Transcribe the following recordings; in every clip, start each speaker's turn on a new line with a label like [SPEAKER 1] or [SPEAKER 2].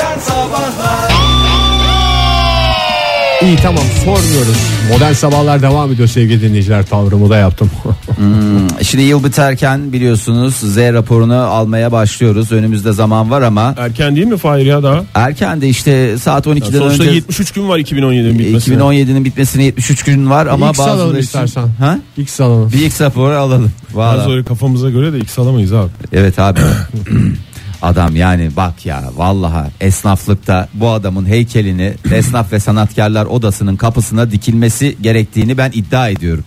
[SPEAKER 1] Sabahlar
[SPEAKER 2] İyi tamam sormuyoruz. Modern sabahlar devam ediyor sevgili dinleyiciler. Tavrımı da yaptım.
[SPEAKER 3] Şimdi yıl biterken biliyorsunuz Z raporunu almaya başlıyoruz. Önümüzde zaman var ama
[SPEAKER 4] Erken değil mi Fahir ya daha?
[SPEAKER 3] erken de işte saat 12'den
[SPEAKER 4] Sonuçta
[SPEAKER 3] önce
[SPEAKER 4] 73 gün var 2017'nin bitmesine.
[SPEAKER 3] 2017'nin bitmesine 73 gün var ama
[SPEAKER 2] İlk
[SPEAKER 3] bazıları
[SPEAKER 2] salalım
[SPEAKER 3] için-
[SPEAKER 2] istersen.
[SPEAKER 3] Ha?
[SPEAKER 2] İlk salalım.
[SPEAKER 3] Bir X raporu alalım.
[SPEAKER 4] Biraz
[SPEAKER 3] Vallahi.
[SPEAKER 4] öyle kafamıza göre de ilk salamayız abi.
[SPEAKER 3] Evet abi. Adam yani bak ya vallaha esnaflıkta bu adamın heykelini esnaf ve sanatkarlar odasının kapısına dikilmesi gerektiğini ben iddia ediyorum.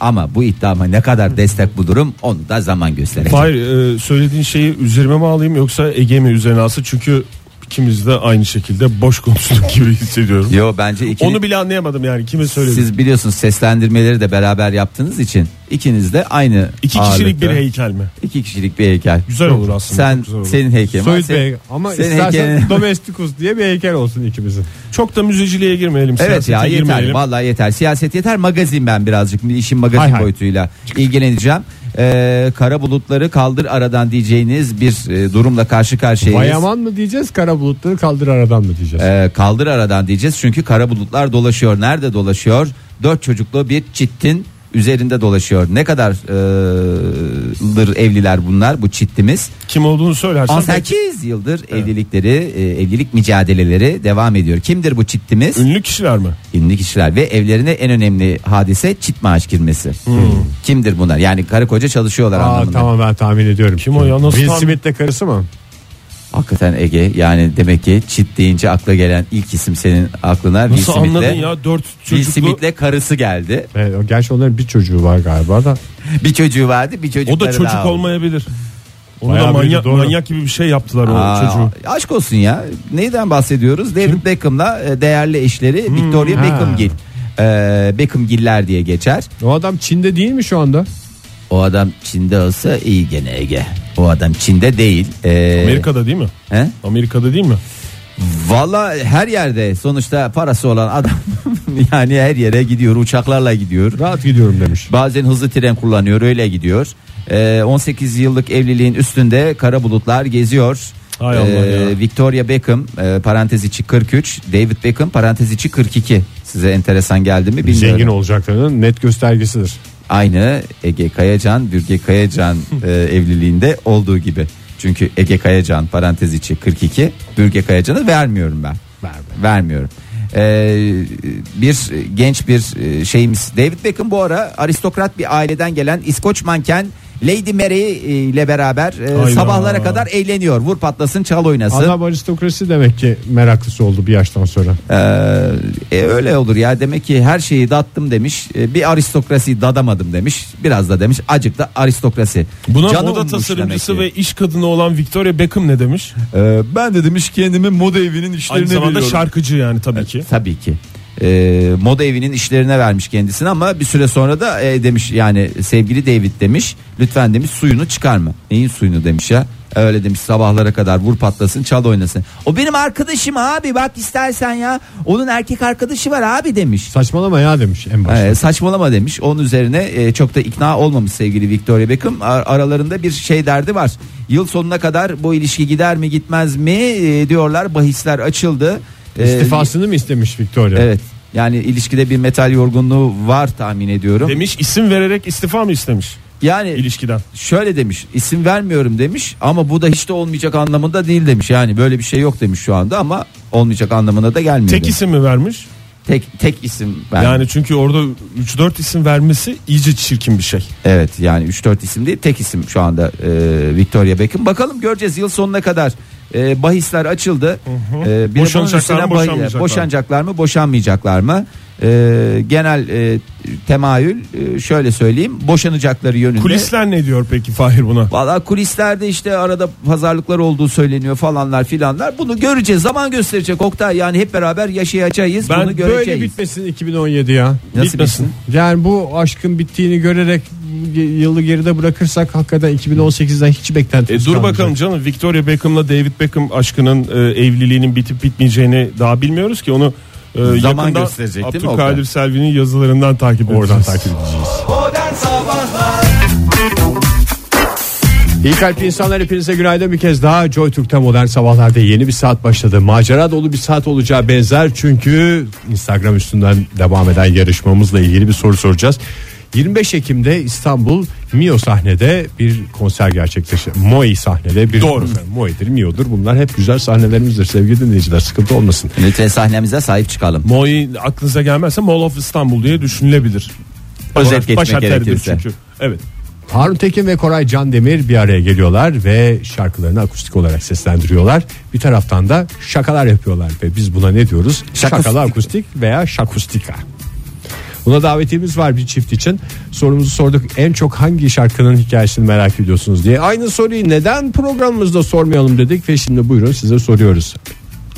[SPEAKER 3] Ama bu iddiama ne kadar destek bulurum onu da zaman gösterecek.
[SPEAKER 4] Fahir e, söylediğin şeyi üzerime mi alayım yoksa Ege mi üzerine alsın? Çünkü ikimiz de aynı şekilde boş konuştuk gibi hissediyorum.
[SPEAKER 3] Yo bence ikili-
[SPEAKER 4] Onu bile anlayamadım yani kime söyledim.
[SPEAKER 3] Siz biliyorsunuz seslendirmeleri de beraber yaptığınız için ikiniz de aynı
[SPEAKER 4] İki kişilik
[SPEAKER 3] ağırlıkta.
[SPEAKER 4] bir heykel mi?
[SPEAKER 3] İki kişilik bir heykel.
[SPEAKER 4] Güzel olur aslında.
[SPEAKER 3] Sen
[SPEAKER 4] çok güzel olur.
[SPEAKER 3] senin heykelin var.
[SPEAKER 2] Söğüt
[SPEAKER 3] Sen-
[SPEAKER 2] Bey ama
[SPEAKER 3] senin
[SPEAKER 2] istersen
[SPEAKER 3] heykelin-
[SPEAKER 2] domestikus diye bir heykel olsun ikimizin.
[SPEAKER 4] Çok da müzeciliğe girmeyelim.
[SPEAKER 3] Evet
[SPEAKER 4] siyasete
[SPEAKER 3] ya yeter
[SPEAKER 4] girmeyelim.
[SPEAKER 3] vallahi yeter siyaset yeter magazin ben birazcık işin magazin
[SPEAKER 2] Hay hay.
[SPEAKER 3] boyutuyla ilgileneceğim. Ee, kara bulutları kaldır aradan diyeceğiniz bir e, durumla karşı karşıyayız.
[SPEAKER 2] Bayaman mı diyeceğiz kara bulutları kaldır aradan mı diyeceğiz?
[SPEAKER 3] Ee, kaldır aradan diyeceğiz çünkü kara bulutlar dolaşıyor. Nerede dolaşıyor? Dört çocuklu bir çiftin üzerinde dolaşıyor. Ne kadar e, dır evliler bunlar bu çiftimiz?
[SPEAKER 4] Kim olduğunu söylersen.
[SPEAKER 3] 18 yıldır evlilikleri, e, evlilik mücadeleleri devam ediyor. Kimdir bu çiftimiz?
[SPEAKER 4] Ünlü kişiler mi?
[SPEAKER 3] ünlü kişiler ve evlerine en önemli hadise çit maaş girmesi.
[SPEAKER 4] Hmm.
[SPEAKER 3] Kimdir bunlar? Yani karı koca çalışıyorlar
[SPEAKER 2] Aa,
[SPEAKER 3] anlamında.
[SPEAKER 2] tamam ben tahmin ediyorum.
[SPEAKER 4] Kim o ya? Nasıl
[SPEAKER 2] Will
[SPEAKER 4] tahmin-
[SPEAKER 2] Smith'le karısı mı?
[SPEAKER 3] Hakikaten Ege yani demek ki çit deyince akla gelen ilk isim senin aklına Will
[SPEAKER 4] Nasıl anladın
[SPEAKER 3] Smith'le.
[SPEAKER 4] ya? Dört
[SPEAKER 3] Will
[SPEAKER 4] çocuklu.
[SPEAKER 3] Smith'le karısı geldi.
[SPEAKER 2] Evet, o- gerçi onların bir çocuğu var galiba da.
[SPEAKER 3] Bir çocuğu vardı, bir çocukları
[SPEAKER 4] O da çocuk
[SPEAKER 3] daha oldu.
[SPEAKER 4] olmayabilir. Onu
[SPEAKER 2] Bayağı
[SPEAKER 4] da
[SPEAKER 2] büyüdü,
[SPEAKER 4] manyak,
[SPEAKER 2] doğru.
[SPEAKER 4] manyak gibi bir şey yaptılar o
[SPEAKER 3] Aa,
[SPEAKER 4] çocuğu.
[SPEAKER 3] Aşk olsun ya. Neyden bahsediyoruz? David Beckham'la e, değerli eşleri
[SPEAKER 4] Hmm,
[SPEAKER 3] Victoria
[SPEAKER 2] ha.
[SPEAKER 3] Beckhamgil. Ee, Beckhamgiller diye geçer.
[SPEAKER 2] O adam Çin'de değil mi şu anda?
[SPEAKER 3] O adam Çin'de olsa iyi gene Ege. O adam Çin'de değil. Ee,
[SPEAKER 4] Amerika'da değil mi?
[SPEAKER 3] He?
[SPEAKER 4] Amerika'da değil mi?
[SPEAKER 3] Valla her yerde sonuçta parası olan adam yani her yere gidiyor uçaklarla gidiyor.
[SPEAKER 2] Rahat gidiyorum demiş.
[SPEAKER 3] Bazen hızlı tren kullanıyor öyle gidiyor. Ee, 18 yıllık evliliğin üstünde kara bulutlar geziyor. E,
[SPEAKER 4] Hay Allah ya.
[SPEAKER 3] Victoria Beckham e, parantez içi 43, David Beckham parantez içi 42. Size enteresan geldi mi bilmiyorum.
[SPEAKER 2] Zengin olacaklarının net göstergesidir.
[SPEAKER 3] Aynı Ege Kayacan, Bürge Kayacan e, evliliğinde olduğu gibi. Çünkü Ege Kayacan parantez içi 42, Bürge Kayacan'ı vermiyorum ben. Vermiyorum. Ee, bir genç bir e, şeyimiz David Beckham bu ara aristokrat bir aileden gelen İskoç manken Lady Mary e, ile beraber e,
[SPEAKER 4] Hayda.
[SPEAKER 3] sabahlara kadar eğleniyor. Vur patlasın çal oynasın.
[SPEAKER 2] Adam aristokrasi demek ki meraklısı oldu bir yaştan sonra.
[SPEAKER 3] Ee, e, öyle olur ya demek ki her şeyi dattım demiş E, bir aristokrasiyi dadamadım demiş biraz da demiş acık da aristokrasi
[SPEAKER 4] Buna
[SPEAKER 3] Canı
[SPEAKER 4] moda
[SPEAKER 3] bulmuş
[SPEAKER 4] tasarımcısı ve
[SPEAKER 3] demek ki.
[SPEAKER 4] iş kadını olan Victoria Beckham ne demiş?
[SPEAKER 3] Ee, ben de demiş kendimi moda evinin işlerine
[SPEAKER 4] Aynı zamanda
[SPEAKER 3] veriyorum.
[SPEAKER 4] şarkıcı yani tabii ki.
[SPEAKER 3] Tabii ki Ee, moda evinin işlerine vermiş kendisini ama bir süre sonra da e, demiş yani sevgili David demiş lütfen demiş suyunu çıkarma neyin suyunu demiş ya öyle demiş sabahlara kadar vur patlasın çal oynasın o benim arkadaşım abi bak istersen ya onun erkek arkadaşı var abi demiş
[SPEAKER 2] Saçmalama ya demiş en başta.
[SPEAKER 3] Ee, saçmalama demiş. Onun üzerine e, çok da ikna olmamış sevgili Victoria Beckham. Ar- aralarında bir şey derdi var. Yıl sonuna kadar bu ilişki gider mi gitmez mi e, diyorlar. Bahisler açıldı. Ee,
[SPEAKER 2] İstifasını mı istemiş Victoria?
[SPEAKER 3] Evet. Yani ilişkide bir metal yorgunluğu var tahmin ediyorum.
[SPEAKER 4] Demiş isim vererek istifa mı istemiş
[SPEAKER 3] yani
[SPEAKER 4] ilişkiden?
[SPEAKER 3] şöyle demiş. isim vermiyorum demiş ama bu da hiç de olmayacak anlamında değil demiş. Yani böyle bir şey yok demiş şu anda ama olmayacak anlamına da gelmiyor.
[SPEAKER 4] Tek
[SPEAKER 3] demiş.
[SPEAKER 4] isim mi vermiş?
[SPEAKER 3] tek tek isim ben.
[SPEAKER 4] Yani çünkü orada 3-4 isim vermesi iyice çirkin bir şey.
[SPEAKER 3] Evet yani 3-4 isim değil tek isim şu anda e, Victoria Beckham. Bakalım göreceğiz yıl sonuna kadar e, bahisler açıldı. E, bir de bunun
[SPEAKER 4] Boşanacaklar
[SPEAKER 3] üstüne
[SPEAKER 4] mı,
[SPEAKER 3] bahi-
[SPEAKER 4] boşanmayacaklar mı?
[SPEAKER 3] boşanacaklar mı boşanmayacaklar mı? E, genel e, temayül e, şöyle söyleyeyim boşanacakları yönünde.
[SPEAKER 4] Kulisler ne diyor peki Fahir buna?
[SPEAKER 3] Valla kulislerde işte arada pazarlıklar olduğu söyleniyor falanlar filanlar. Bunu göreceğiz zaman gösterecek Oktay yani hep beraber yaşayacağız
[SPEAKER 4] Ben
[SPEAKER 3] bunu göreceğiz.
[SPEAKER 2] Böyle bitmesin 2017 ya.
[SPEAKER 3] Nasıl
[SPEAKER 4] Bitmesin.
[SPEAKER 3] bitsin?
[SPEAKER 2] Yani bu aşkın bittiğini görerek yılı geride bırakırsak hakikaten 2018'den hiç beklenti
[SPEAKER 4] E dur bakalım canım Victoria Beckham'la David Beckham aşkının e, evliliğinin bitip bitmeyeceğini daha bilmiyoruz ki onu e, yakında
[SPEAKER 3] gösterecek değil mi Oktay?
[SPEAKER 4] Abdülkadir Selvi'nin yazılarından takip edeceğiz.
[SPEAKER 2] Oradan takip edeceğiz.
[SPEAKER 1] Modern Sabahlar
[SPEAKER 2] İyi kalpli insanlar hepinize günaydın bir kez daha Joy Türk'te modern sabahlarda yeni bir saat başladı. Macera dolu bir saat olacağı benzer çünkü Instagram üstünden devam eden yarışmamızla ilgili bir soru soracağız. 25 Ekim'de İstanbul Mio sahnede bir konser gerçekleşti. Moi sahnede bir
[SPEAKER 4] Doğru.
[SPEAKER 2] Moi'dir, Mio'dur. Bunlar hep güzel sahnelerimizdir sevgili dinleyiciler. Sıkıntı olmasın.
[SPEAKER 3] Lütfen sahnemize sahip çıkalım.
[SPEAKER 4] Moi aklınıza gelmezse Mall of İstanbul diye düşünülebilir.
[SPEAKER 3] Özet
[SPEAKER 4] Baş-
[SPEAKER 3] geçmek
[SPEAKER 4] baş harfleridir
[SPEAKER 3] gerekirse.
[SPEAKER 4] çünkü. Evet.
[SPEAKER 2] Harun Tekin ve Koray Can Demir bir araya geliyorlar ve şarkılarını akustik olarak seslendiriyorlar. Bir taraftan da şakalar yapıyorlar ve biz buna ne diyoruz?
[SPEAKER 3] Şakustik.
[SPEAKER 2] Şakalı akustik veya şakustika. Buna davetimiz var bir çift için. Sorumuzu sorduk. En çok hangi şarkının hikayesini merak ediyorsunuz diye. Aynı soruyu neden programımızda sormayalım dedik ve şimdi buyurun size soruyoruz.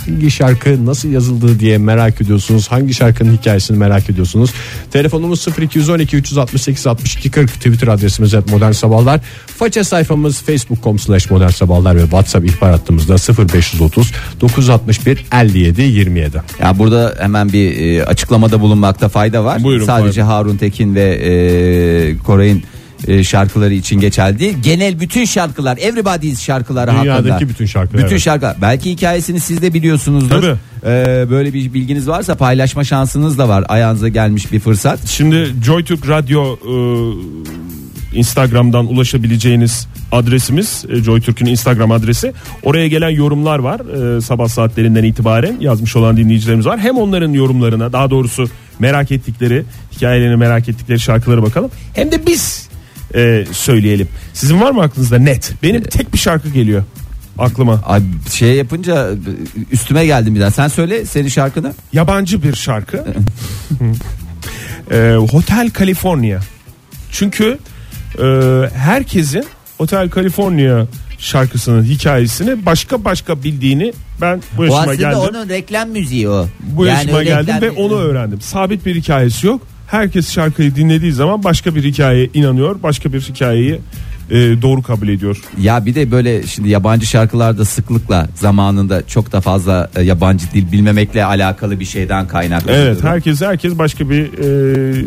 [SPEAKER 2] Hangi şarkı nasıl yazıldı diye merak ediyorsunuz? Hangi şarkının hikayesini merak ediyorsunuz? Telefonumuz 0212 368 62 40 Twitter adresimiz @modernsabahlar. modern sabahlar. Faça sayfamız facebook.com slash modern sabahlar ve whatsapp ihbar hattımızda 0530 961 57 27.
[SPEAKER 3] Ya burada hemen bir e, açıklamada bulunmakta fayda var.
[SPEAKER 4] Buyurun,
[SPEAKER 3] Sadece Harun Tekin ve e, Koray'ın e, şarkıları için geçerli değil. Genel bütün şarkılar, everybody's şarkıları
[SPEAKER 2] Dünyadaki
[SPEAKER 3] hakkında.
[SPEAKER 2] bütün şarkılar,
[SPEAKER 3] Bütün
[SPEAKER 2] evet.
[SPEAKER 3] şarkılar. Belki hikayesini siz de biliyorsunuzdur.
[SPEAKER 4] Tabii.
[SPEAKER 3] E, böyle bir bilginiz varsa paylaşma şansınız da var. Ayağınıza gelmiş bir fırsat.
[SPEAKER 4] Şimdi JoyTürk Radyo e, Instagram'dan ulaşabileceğiniz adresimiz e, JoyTürk'ün Instagram adresi. Oraya gelen yorumlar var. E, sabah saatlerinden itibaren yazmış olan dinleyicilerimiz var. Hem onların yorumlarına daha doğrusu merak ettikleri hikayelerini merak ettikleri şarkılara bakalım. Hem de biz e, söyleyelim. Sizin var mı aklınızda net?
[SPEAKER 3] E,
[SPEAKER 4] Benim tek bir şarkı geliyor aklıma.
[SPEAKER 3] Ay, şey yapınca e, üstüme geldim bir daha. Sen söyle senin şarkını.
[SPEAKER 4] Yabancı bir şarkı. Ee, Hotel California. Çünkü e, herkesin Hotel California şarkısının hikayesini başka başka bildiğini ben bu
[SPEAKER 3] O
[SPEAKER 4] yaşıma
[SPEAKER 3] aslında
[SPEAKER 4] geldim.
[SPEAKER 3] onun reklam müziği o.
[SPEAKER 4] Bu yaşıma
[SPEAKER 3] o
[SPEAKER 4] geldim ve
[SPEAKER 3] reklam-
[SPEAKER 4] onu öğrendim. Sabit bir hikayesi yok. Herkes şarkıyı dinlediği zaman başka bir hikayeye inanıyor, başka bir hikayeyi e, doğru kabul ediyor.
[SPEAKER 3] Ya bir de böyle şimdi yabancı şarkılarda sıklıkla zamanında çok da fazla e, yabancı dil bilmemekle alakalı bir şeyden kaynaklı.
[SPEAKER 4] Evet, herkes herkes başka bir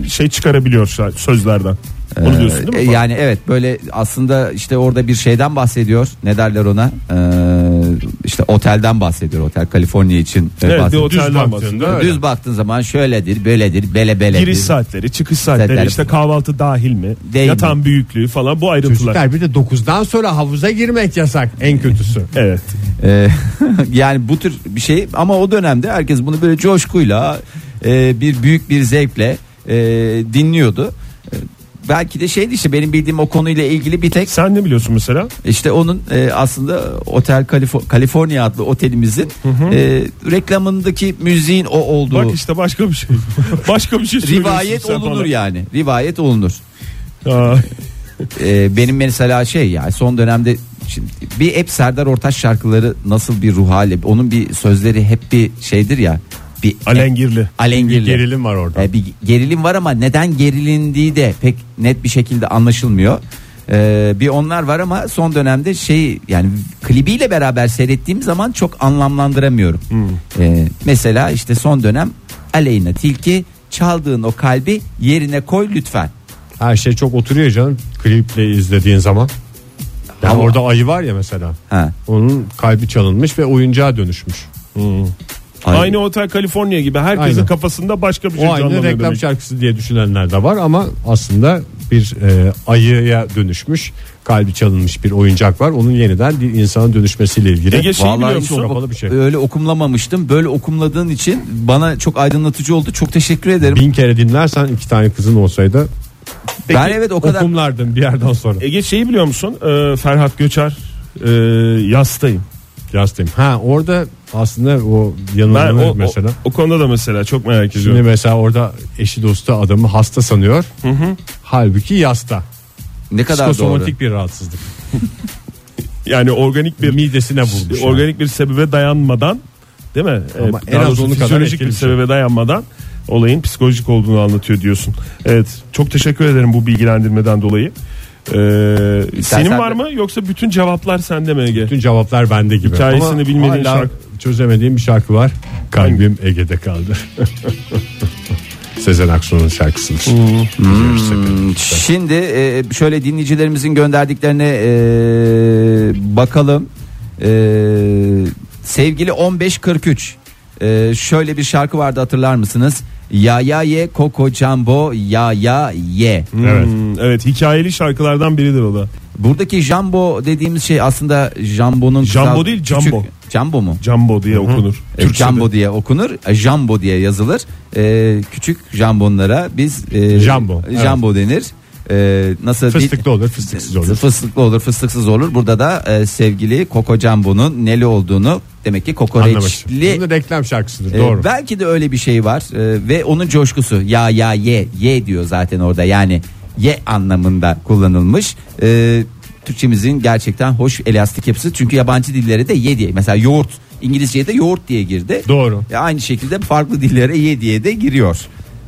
[SPEAKER 4] e, şey çıkarabiliyor şar- sözlerden. Onu diyorsun
[SPEAKER 3] E,
[SPEAKER 4] değil mi?
[SPEAKER 3] Yani evet böyle aslında işte orada bir şeyden bahsediyor. Ne derler ona? Ee, işte otelden bahsediyor. Otel Kaliforniya için e,
[SPEAKER 4] evet, bir
[SPEAKER 3] bahsediyor.
[SPEAKER 4] otelden
[SPEAKER 2] baktığında
[SPEAKER 4] bahsediyor.
[SPEAKER 2] öyle.
[SPEAKER 3] Düz baktığın zaman şöyledir, böyledir, bele beledir.
[SPEAKER 4] Giriş saatleri, çıkış saatleri,
[SPEAKER 3] Saatler-
[SPEAKER 4] işte kahvaltı dahil mi?
[SPEAKER 3] Değil
[SPEAKER 4] yatan büyüklüğü falan bu ayrıntılar.
[SPEAKER 2] Çocuklar bir de 9'dan sonra havuza girmek yasak en kötüsü.
[SPEAKER 4] Evet.
[SPEAKER 3] Ee, yani bu tür bir şey ama o dönemde herkes bunu böyle coşkuyla e, bir büyük bir zevkle e, dinliyordu. E, Belki de şeydi işte benim bildiğim o konuyla ilgili bir tek
[SPEAKER 4] Sen ne biliyorsun mesela?
[SPEAKER 3] işte onun e, aslında Otel Kalifo- California adlı otelimizin e, reklamındaki müziğin o olduğu
[SPEAKER 4] Bak işte başka bir şey. başka bir şey söylüyorsun
[SPEAKER 3] rivayet
[SPEAKER 4] sen
[SPEAKER 3] olunur
[SPEAKER 4] bana.
[SPEAKER 3] yani rivayet olunur.
[SPEAKER 4] Aa,
[SPEAKER 3] Ee, benim mesela şey ya son dönemde şimdi bir hep Serdar Ortaç şarkıları nasıl bir ruh hali onun bir sözleri hep bir şeydir ya bir
[SPEAKER 4] alengirli.
[SPEAKER 3] alengirli.
[SPEAKER 2] Gerilim var orada.
[SPEAKER 3] Ee, bir gerilim var ama neden gerilindiği de pek net bir şekilde anlaşılmıyor. Ee, bir onlar var ama son dönemde şey yani klibiyle beraber seyrettiğim zaman çok anlamlandıramıyorum.
[SPEAKER 2] Hmm.
[SPEAKER 3] Ee, mesela işte son dönem Aleyna Tilki çaldığın o kalbi yerine koy lütfen.
[SPEAKER 2] Her şey çok oturuyor canım kliple izlediğin zaman. Yani
[SPEAKER 3] Ama-
[SPEAKER 2] orada ayı var ya mesela.
[SPEAKER 3] Ha.
[SPEAKER 2] Onun kalbi çalınmış ve oyuncağa dönüşmüş.
[SPEAKER 3] Ay-
[SPEAKER 4] Aynı Otel California gibi herkesin
[SPEAKER 2] Aynen.
[SPEAKER 4] kafasında başka bir şey
[SPEAKER 2] O aynı
[SPEAKER 4] canlanıyor
[SPEAKER 2] reklam
[SPEAKER 4] demek.
[SPEAKER 2] şarkısı diye düşünenler de var ama aslında bir e, ayıya dönüşmüş kalbi çalınmış bir oyuncak var. Onun yeniden bir insana dönüşmesiyle ilgili.
[SPEAKER 4] Ege şeyi biliyor
[SPEAKER 2] hiç
[SPEAKER 4] musun?
[SPEAKER 2] çok kapalı bir şey.
[SPEAKER 3] öyle okumlamamıştım. Böyle okumladığın için bana çok aydınlatıcı oldu. Çok teşekkür ederim.
[SPEAKER 2] Bin kere dinlersen iki tane kızın olsaydı
[SPEAKER 3] ben evet o kadar E-
[SPEAKER 2] okumlardın bir yerden sonra.
[SPEAKER 4] Ege şeyi biliyor musun? Ee, Ferhat Göçer e, yastayım.
[SPEAKER 2] Yastayım. Ha orada aslında o
[SPEAKER 4] Ben
[SPEAKER 2] yanılmanı
[SPEAKER 4] o, o-
[SPEAKER 2] mesela.
[SPEAKER 4] o konuda da mesela çok merak
[SPEAKER 2] Şimdi
[SPEAKER 4] ediyorum.
[SPEAKER 2] mesela orada eşi dostu adamı hasta sanıyor. Halbuki yasta.
[SPEAKER 3] ne kadar doğru.
[SPEAKER 2] Psikosomatik bir rahatsızlık.
[SPEAKER 4] Yani organik bir
[SPEAKER 2] Midesine vurmuş. yani.
[SPEAKER 4] organik bir sebebe dayanmadan değil mi?
[SPEAKER 2] Ama
[SPEAKER 4] Ee,
[SPEAKER 2] en
[SPEAKER 4] daha
[SPEAKER 2] az
[SPEAKER 4] doğrusu
[SPEAKER 2] onu kadar
[SPEAKER 4] fizyolojik
[SPEAKER 2] etkili
[SPEAKER 4] bir
[SPEAKER 2] bir şey.
[SPEAKER 4] sebebe dayanmadan olayın psikolojik olduğunu anlatıyor diyorsun. Evet. Çok teşekkür ederim bu bilgilendirmeden dolayı. Ee, senin
[SPEAKER 3] sen
[SPEAKER 4] var
[SPEAKER 3] de-
[SPEAKER 4] mı yoksa bütün cevaplar sende mi Ege?
[SPEAKER 2] Bütün cevaplar bende gibi.
[SPEAKER 4] Hikayesini
[SPEAKER 2] Ama
[SPEAKER 4] bilmediğin
[SPEAKER 2] hala
[SPEAKER 4] şarkı.
[SPEAKER 2] çözemediğim bir şarkı var. Kalbim Ege'de kaldı. Sezen Aksu'nun şarkısıdır.
[SPEAKER 4] Hmm.
[SPEAKER 2] Biliyoruz hepimiz.
[SPEAKER 3] Şimdi e, şöyle dinleyicilerimizin gönderdiklerine e, bakalım. E, sevgili 1543 e, şöyle bir şarkı vardı hatırlar mısınız? Ya ya ye koko jambo ya ya ye.
[SPEAKER 2] Evet.
[SPEAKER 4] Hmm, evet hikayeli şarkılardan biridir o da.
[SPEAKER 3] Buradaki jambo dediğimiz şey aslında jambonun
[SPEAKER 4] Jambo
[SPEAKER 3] kısalt-
[SPEAKER 4] değil,
[SPEAKER 3] küçük-
[SPEAKER 4] jambo.
[SPEAKER 3] Jambo mu?
[SPEAKER 4] Jumbo diye okunur.
[SPEAKER 3] E,
[SPEAKER 4] Türkçe'de.
[SPEAKER 3] Jambo diye okunur, e, Jambo diye yazılır. E, küçük jambonlara biz e,
[SPEAKER 2] Jambo, evet.
[SPEAKER 3] jambo denir. E, nasıl dil-
[SPEAKER 2] Fıstıklı olur, fıstıksız olur.
[SPEAKER 3] Fıstıklı olur, fıstıksız olur. Burada da e, sevgili Koko Jambo'nun neli olduğunu demek ki
[SPEAKER 2] Anlamış.
[SPEAKER 3] kokoreçli
[SPEAKER 2] Bunun reklam şarkısıdır.
[SPEAKER 3] e,
[SPEAKER 2] Doğru.
[SPEAKER 3] belki de öyle bir şey var E, ve onun coşkusu ya ya ye ye diyor zaten orada yani ye anlamında kullanılmış. E, Türkçemizin gerçekten hoş elastik yapısı çünkü yabancı dillere de ye diye mesela yoğurt İngilizceye de yoğurt diye girdi.
[SPEAKER 2] Doğru.
[SPEAKER 3] E, aynı şekilde farklı dillere ye diye de giriyor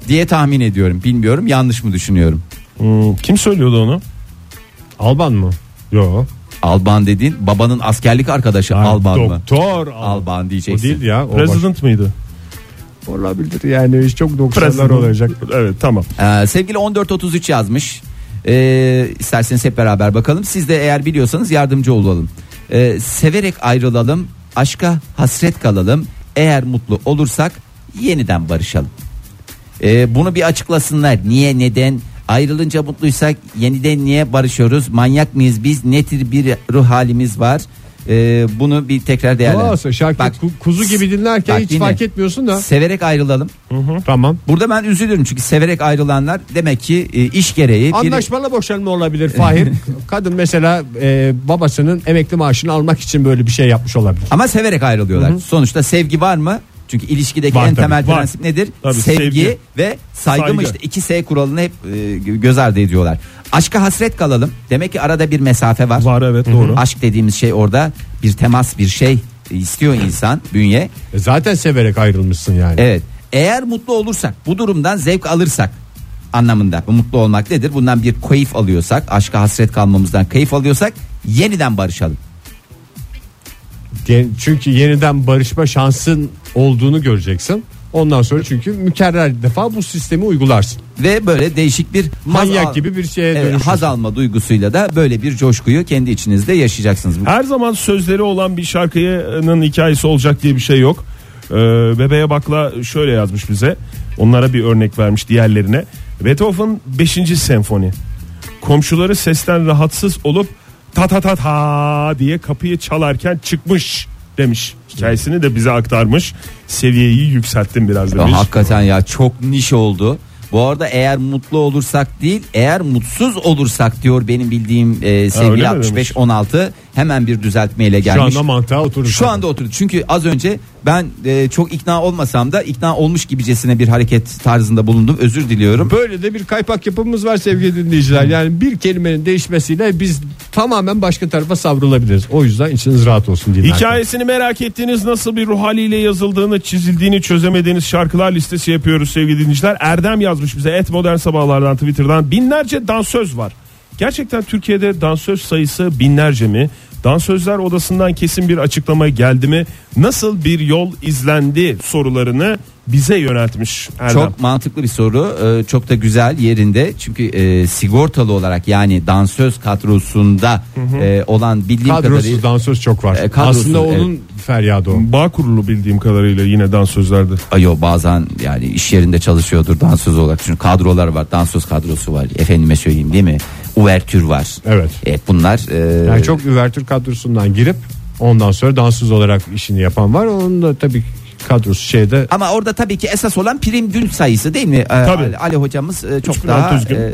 [SPEAKER 3] diye tahmin ediyorum. Bilmiyorum yanlış mı düşünüyorum.
[SPEAKER 4] Hmm, kim söylüyordu onu?
[SPEAKER 2] Alban mı? Yo.
[SPEAKER 3] Alban dediğin babanın askerlik arkadaşı Alban mı?
[SPEAKER 2] Doktor Alban.
[SPEAKER 3] Alban
[SPEAKER 2] O
[SPEAKER 3] diyeceksin.
[SPEAKER 2] değil ya. O
[SPEAKER 4] President mıydı?
[SPEAKER 2] baş- Olabilir yani hiç çok doktorlar olacak.
[SPEAKER 4] Evet tamam.
[SPEAKER 3] Ee, sevgili 1433 yazmış. Ee, isterseniz hep beraber bakalım. Siz de eğer biliyorsanız yardımcı olalım. Ee, severek ayrılalım. Aşka hasret kalalım. Eğer mutlu olursak yeniden barışalım. Ee, bunu bir açıklasınlar. Niye neden ayrılınca mutluysak yeniden niye barışıyoruz? Manyak mıyız biz? Netir bir ruh halimiz var? Ee, bunu bir tekrar değerlendirelim.
[SPEAKER 2] Doğası şarkı
[SPEAKER 3] Bak,
[SPEAKER 2] ku- kuzu gibi dinlerken
[SPEAKER 3] bak
[SPEAKER 2] hiç
[SPEAKER 3] dinle.
[SPEAKER 2] fark etmiyorsun da.
[SPEAKER 3] Severek ayrılalım.
[SPEAKER 2] Tamam.
[SPEAKER 3] Burada ben üzülürüm çünkü severek ayrılanlar demek ki e, iş gereği biri-
[SPEAKER 2] Anlaşmalı boşanma olabilir Fahir. Kadın mesela e, babasının emekli maaşını almak için böyle bir şey yapmış olabilir.
[SPEAKER 3] ama severek ayrılıyorlar. Sonuçta sevgi var mı? Çünkü ilişkideki
[SPEAKER 2] Var
[SPEAKER 3] en
[SPEAKER 2] tabii,
[SPEAKER 3] temel
[SPEAKER 4] var.
[SPEAKER 3] prensip nedir?
[SPEAKER 4] Tabii,
[SPEAKER 3] sevgi,
[SPEAKER 4] sevgi.
[SPEAKER 3] ve saygı, mı
[SPEAKER 4] Saygı.
[SPEAKER 3] işte iki S kuralını hep e, göz ardı ediyorlar. Aşka hasret kalalım. Demek ki arada bir mesafe var.
[SPEAKER 4] Var evet doğru.
[SPEAKER 3] Aşk dediğimiz şey orada bir temas bir şey istiyor insan bünye.
[SPEAKER 2] E, zaten severek ayrılmışsın yani.
[SPEAKER 3] Evet. Eğer mutlu olursak, bu durumdan zevk alırsak anlamında. Bu mutlu olmak nedir? Bundan bir keyif alıyorsak, aşka hasret kalmamızdan keyif alıyorsak yeniden barışalım.
[SPEAKER 2] Ye- Çünkü yeniden barışma şansın olduğunu göreceksin. Ondan sonra çünkü mükerrer defa bu sistemi uygularsın.
[SPEAKER 3] Ve böyle değişik bir haz
[SPEAKER 2] Manyak
[SPEAKER 3] al-
[SPEAKER 2] gibi bir şeye
[SPEAKER 3] Evet,
[SPEAKER 2] dönüşürsün.
[SPEAKER 3] haz alma duygusuyla da böyle bir coşkuyu kendi içinizde yaşayacaksınız.
[SPEAKER 4] Her zaman sözleri olan bir şarkının hikayesi olacak diye bir şey yok. Ee, Bebeğe Bakla şöyle yazmış bize. Onlara bir örnek vermiş diğerlerine. Beethoven 5. senfoni. Komşuları sesten rahatsız olup ta ta ta ta diye kapıyı çalarken çıkmış demiş. Hikayesini de bize aktarmış. Seviyeyi yükselttim biraz
[SPEAKER 3] Ya
[SPEAKER 4] demiş.
[SPEAKER 3] hakikaten ya çok niş oldu. Bu arada eğer mutlu olursak değil eğer mutsuz olursak diyor benim bildiğim e,
[SPEAKER 4] öyle
[SPEAKER 3] sevgili
[SPEAKER 4] mi
[SPEAKER 3] 65-16 hemen bir düzeltmeyle
[SPEAKER 2] Şu
[SPEAKER 3] gelmiş.
[SPEAKER 2] anda mantığa oturur.
[SPEAKER 3] Şu anda oturdu. Çünkü az önce ben e, çok ikna olmasam da ikna olmuş gibicesine bir hareket tarzında bulundum. Özür diliyorum.
[SPEAKER 2] Böyle de bir kaypak yapımız var sevgili dinleyiciler. Yani bir kelimenin değişmesiyle biz tamamen başka tarafa savrulabiliriz. O yüzden içiniz rahat olsun diye.
[SPEAKER 4] Hikayesini merak ettiğiniz nasıl bir ruh haliyle yazıldığını çizildiğini çözemediğiniz şarkılar listesi yapıyoruz sevgili dinleyiciler. Erdem yazmış bize et modern sabahlardan Twitter'dan binlerce dansöz var. Gerçekten Türkiye'de dansöz sayısı binlerce mi? Dansözler odasından kesin bir açıklama geldi mi? Nasıl bir yol izlendi sorularını bize yöneltmiş Erdem.
[SPEAKER 3] Çok mantıklı bir soru. Ee, çok da güzel yerinde. Çünkü e, sigortalı olarak yani dansöz kadrosunda e, olan bildiğim
[SPEAKER 2] Kadrosuz
[SPEAKER 3] kadarıyla
[SPEAKER 2] dansöz çok var.
[SPEAKER 3] E, kadrosuz,
[SPEAKER 2] Aslında onun feryadı o.
[SPEAKER 4] Bağ kurulu bildiğim kadarıyla yine dansözlerde.
[SPEAKER 3] Ayo bazen yani iş yerinde çalışıyordur dansöz olarak. Çünkü kadrolar var. Dansöz kadrosu var. Efendime söyleyeyim değil mi? Uvertür var.
[SPEAKER 2] Evet.
[SPEAKER 3] Evet bunlar e,
[SPEAKER 2] Yani çok üvertür kadrosundan girip ondan sonra dansöz olarak işini yapan var. Onun da tabii kadrosu şeyde
[SPEAKER 3] Ama orada tabii ki esas olan prim gün sayısı değil mi? Ee,
[SPEAKER 4] Tabii.
[SPEAKER 3] Ali, Ali hocamız e, çok
[SPEAKER 4] 3600
[SPEAKER 3] daha
[SPEAKER 4] gün.
[SPEAKER 3] e,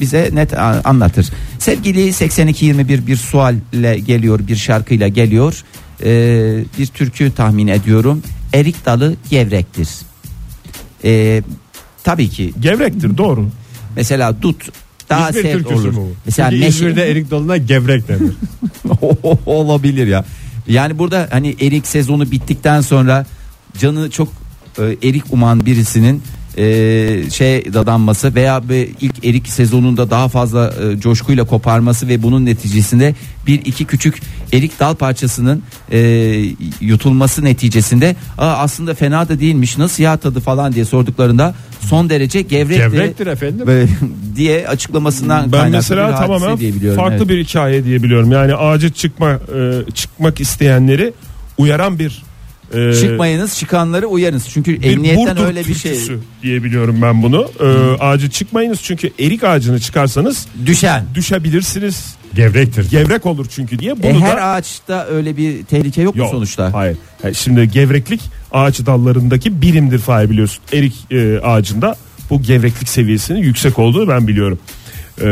[SPEAKER 3] bize net a- anlatır. Sevgili 8221 bir sualle geliyor, bir şarkıyla geliyor. Ee, bir türkü tahmin ediyorum. Erik dalı gevrektir. Ee, tabii ki
[SPEAKER 4] Gevrektir doğru.
[SPEAKER 3] mesela dut daha
[SPEAKER 2] İzmir
[SPEAKER 3] sevd
[SPEAKER 2] türküsü
[SPEAKER 3] olur.
[SPEAKER 2] mü bu?
[SPEAKER 3] Mesela
[SPEAKER 2] Çünkü
[SPEAKER 3] meşe-
[SPEAKER 2] İzmir'de erik dalına gevrek denir.
[SPEAKER 3] olabilir ya. Yani burada hani erik sezonu bittikten sonra canı çok e, erik uman birisinin e, şey dadanması veya bir ilk erik sezonunda daha fazla e, coşkuyla koparması ve bunun neticesinde bir iki küçük erik dal parçasının e, yutulması neticesinde Aa, aslında fena da değilmiş nasıl ya tadı falan diye sorduklarında son derece gevrekti
[SPEAKER 2] Gevrektir efendim.
[SPEAKER 3] Ve- diye açıklamasından
[SPEAKER 4] Ben
[SPEAKER 3] kaynaklı
[SPEAKER 4] mesela
[SPEAKER 3] bir hadise
[SPEAKER 4] tamamen
[SPEAKER 3] diye biliyorum,
[SPEAKER 4] farklı
[SPEAKER 3] evet.
[SPEAKER 4] bir hikaye diye biliyorum. Yani ağaca çıkma e, çıkmak isteyenleri uyaran bir e,
[SPEAKER 3] çıkmayınız çıkanları uyarınız çünkü
[SPEAKER 4] bir
[SPEAKER 3] emniyetten
[SPEAKER 4] Burdur
[SPEAKER 3] öyle bir şey
[SPEAKER 4] türküsü diye biliyorum ben bunu. E, ağacı çıkmayınız çünkü erik ağacını çıkarsanız
[SPEAKER 3] düşen
[SPEAKER 4] düşebilirsiniz.
[SPEAKER 2] Gevrektir.
[SPEAKER 4] Gevrek olur çünkü diye bunu
[SPEAKER 3] E, her
[SPEAKER 4] da
[SPEAKER 3] ağaçta öyle bir tehlike yok,
[SPEAKER 4] Yok,
[SPEAKER 3] mu sonuçta?
[SPEAKER 4] Hayır. Yani şimdi gevreklik ağaç dallarındaki birimdir Fahir biliyorsun. Erik e, ağacında bu gevreklik seviyesinin yüksek olduğu ben biliyorum. E,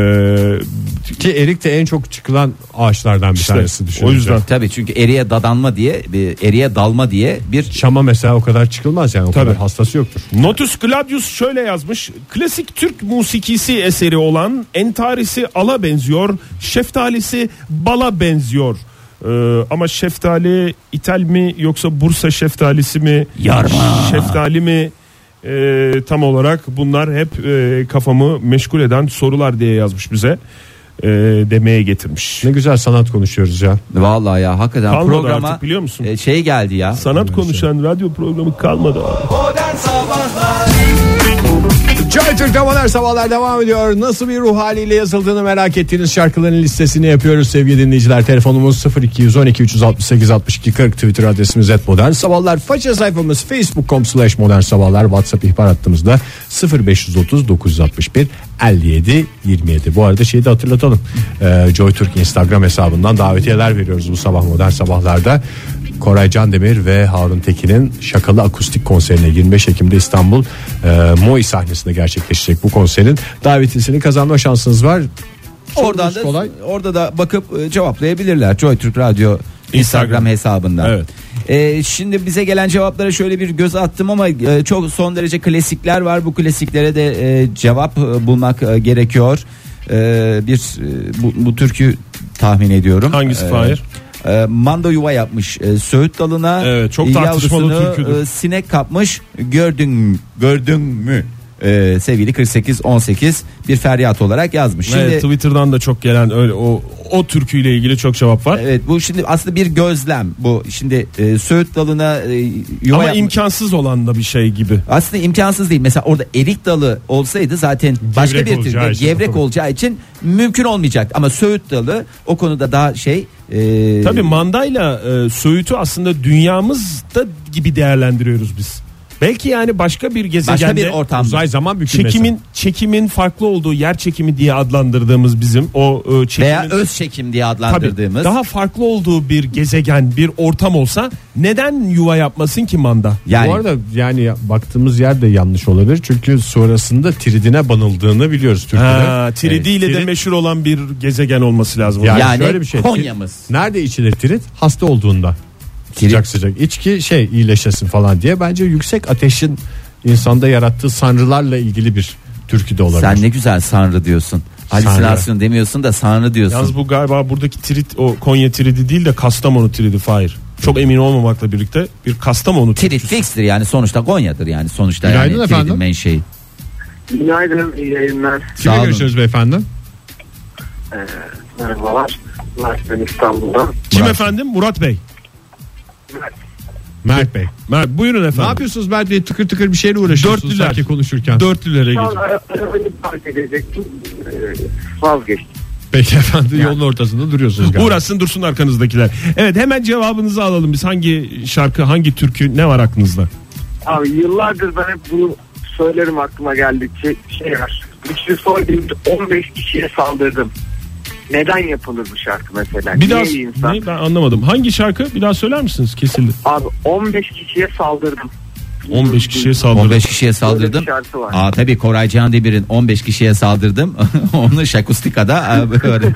[SPEAKER 2] Ki erik de en çok çıkılan ağaçlardan bir
[SPEAKER 4] İşte,
[SPEAKER 2] tanesi düşününce.
[SPEAKER 4] o yüzden.
[SPEAKER 3] Tabii çünkü eriye dadanma diye bir eriye dalma diye bir
[SPEAKER 2] Şam'a mesela o kadar çıkılmaz yani o
[SPEAKER 4] Tabii.
[SPEAKER 2] kadar hastası yoktur.
[SPEAKER 4] Notus Gladius şöyle yazmış. Klasik Türk musikisi eseri olan entarisi ala benziyor, şeftalisi bala benziyor. Ee, ama şeftali İtal mi yoksa Bursa şeftalisi mi?
[SPEAKER 3] Yarma.
[SPEAKER 4] Şeftali mi? Ee, tam olarak bunlar hep e, kafamı meşgul eden sorular diye yazmış bize. Ee, demeye getirmiş.
[SPEAKER 2] Ne güzel sanat konuşuyoruz ya.
[SPEAKER 3] vallahi ya hakikaten
[SPEAKER 4] Kalmadı
[SPEAKER 3] programa
[SPEAKER 4] artık biliyor musun?
[SPEAKER 3] e, şey geldi ya.
[SPEAKER 4] Sanat konuşan radyo programı kalmadı abi.
[SPEAKER 2] Joy Türk'te modern sabahlar devam ediyor. Nasıl bir ruh haliyle yazıldığını merak ettiğiniz şarkıların listesini yapıyoruz sevgili dinleyiciler. Telefonumuz 0212 368 62 40 Twitter adresimiz et modern sabahlar. Faça sayfamız facebook.com slash modern sabahlar. WhatsApp ihbar hattımızda 0530 961 57 27. Bu arada şeyi de hatırlatalım. Ee, Joy Türk Instagram hesabından davetiyeler veriyoruz bu sabah modern sabahlarda. Koray Candemir ve Harun Tekin'in Şakalı Akustik konserine 25 Ekim'de İstanbul e, Moi sahnesinde gerçekleşecek bu konserin davetisini kazanma şansınız var.
[SPEAKER 3] Oradan da
[SPEAKER 2] Sorunuz kolay.
[SPEAKER 3] orada da bakıp e, cevaplayabilirler. Joy Türk Radyo Instagram
[SPEAKER 4] Instagram.
[SPEAKER 3] hesabından.
[SPEAKER 4] Evet.
[SPEAKER 3] E, şimdi bize gelen cevaplara şöyle bir göz attım ama e, çok son derece klasikler var. Bu klasiklere de e, cevap e, bulmak e, gerekiyor. E, bir e, bu, bu türkü tahmin ediyorum.
[SPEAKER 4] Hangisi Fahir?
[SPEAKER 3] e, manda yuva yapmış e, Söğüt dalına.
[SPEAKER 4] Evet, çok tartışmalı
[SPEAKER 3] yavrusunu,
[SPEAKER 4] türküdür.
[SPEAKER 3] e, sinek kapmış. Gördün mü? gördün mü? E, sevgili 48 18 bir feryat olarak yazmış. Şimdi
[SPEAKER 4] Evet, Twitter'dan da çok gelen öyle o o türküyle ilgili çok cevap var.
[SPEAKER 3] Evet bu şimdi aslında bir gözlem bu şimdi e, Söğüt dalına e, yuva
[SPEAKER 4] Ama
[SPEAKER 3] yapma-
[SPEAKER 4] imkansız olan da bir şey gibi.
[SPEAKER 3] aslında imkansız değil mesela orada erik dalı olsaydı zaten başka bir türlü
[SPEAKER 2] olacağı için.
[SPEAKER 3] gevrek olacağı için mümkün olmayacak ama Söğüt dalı o konuda daha şey e,
[SPEAKER 4] Tabii mandayla e, söğütü aslında dünyamızda gibi değerlendiriyoruz biz. Belki yani başka bir gezegende
[SPEAKER 3] başka bir ortam
[SPEAKER 2] Uzay zaman bükülmesi.
[SPEAKER 4] çekimin çekimin farklı olduğu yer çekimi diye adlandırdığımız bizim o e, çekimin
[SPEAKER 3] veya öz çekim diye
[SPEAKER 4] Tabii,
[SPEAKER 3] adlandırdığımız
[SPEAKER 4] daha farklı olduğu bir gezegen, bir ortam olsa neden yuva yapmasın ki manda?
[SPEAKER 3] yani
[SPEAKER 2] Bu arada yani baktığımız yer de yanlış olabilir. Çünkü sonrasında tridine banıldığını biliyoruz Türkiye'de.
[SPEAKER 4] Ha, 3D ile de
[SPEAKER 2] Trid-
[SPEAKER 4] meşhur olan bir gezegen olması lazım.
[SPEAKER 2] Yani,
[SPEAKER 3] Yani
[SPEAKER 2] şöyle bir şey.
[SPEAKER 3] Konya'mız.
[SPEAKER 2] Nerede içilir tirit? Hasta olduğunda. Sıcak sıcak. İçki şey iyileşesin falan diye. Bence yüksek ateşin insanda yarattığı sanrılarla ilgili bir türkü de olabilir.
[SPEAKER 3] sen ne güzel sanrı diyorsun halüsinasyon demiyorsun da sanrı diyorsun
[SPEAKER 4] Yalnız bu galiba buradaki trit o Konya tridi değil de Kastamonu tridi Fahir. Çok emin olmamakla birlikte bir Kastamonu
[SPEAKER 3] Tirit
[SPEAKER 4] türküsü.
[SPEAKER 3] fixtir yani sonuçta Konya'dır yani sonuçta
[SPEAKER 2] Günaydın
[SPEAKER 3] yani
[SPEAKER 2] efendim.
[SPEAKER 3] Tirit'in menşei.
[SPEAKER 1] Günaydın, iyi yayınlar.
[SPEAKER 3] Sağ
[SPEAKER 2] Kimle
[SPEAKER 3] olun.
[SPEAKER 2] görüşüyoruz beyefendi?
[SPEAKER 1] Merhabalar. Mert ben İstanbul'dan.
[SPEAKER 4] Kim
[SPEAKER 3] Murat.
[SPEAKER 4] efendim? Murat Bey.
[SPEAKER 1] Mert,
[SPEAKER 2] Mert Bey.
[SPEAKER 4] Mer- buyurun
[SPEAKER 2] Ne
[SPEAKER 4] efendim.
[SPEAKER 2] yapıyorsunuz Mert Bey? Tıkır tıkır bir şeyle uğraşıyorsunuz
[SPEAKER 4] Dörtlüler.
[SPEAKER 2] sanki konuşurken.
[SPEAKER 4] Dörtlülere
[SPEAKER 1] şu an
[SPEAKER 4] gidiyor.
[SPEAKER 1] arabayı park edecektim. Ee, vazgeçtim.
[SPEAKER 2] Peki efendim yolun ortasında duruyorsunuz galiba.
[SPEAKER 4] Uğraşsın dursun arkanızdakiler. Evet hemen cevabınızı alalım biz. Hangi şarkı, hangi türkü, ne var aklınızda?
[SPEAKER 1] Abi yıllardır ben hep bunu söylerim aklıma geldikçe. Şey var. Güçlü Soylu'yu 15 kişiye saldırdım. Neden yapılır bu şarkı mesela?
[SPEAKER 4] Bir daha
[SPEAKER 1] Niye insan?
[SPEAKER 4] ne? ben anlamadım. Hangi şarkı? Bir daha söyler misiniz? Kesildi.
[SPEAKER 1] Abi 15 kişiye saldırdım.
[SPEAKER 4] 15 kişiye saldırdı.
[SPEAKER 3] 15 kişiye
[SPEAKER 1] Böyle
[SPEAKER 3] saldırdım.
[SPEAKER 1] bir şarkı var.
[SPEAKER 3] Aa tabii Koray Cihandemir'in 15 kişiye saldırdım. Onu Şakustika'da e, böyle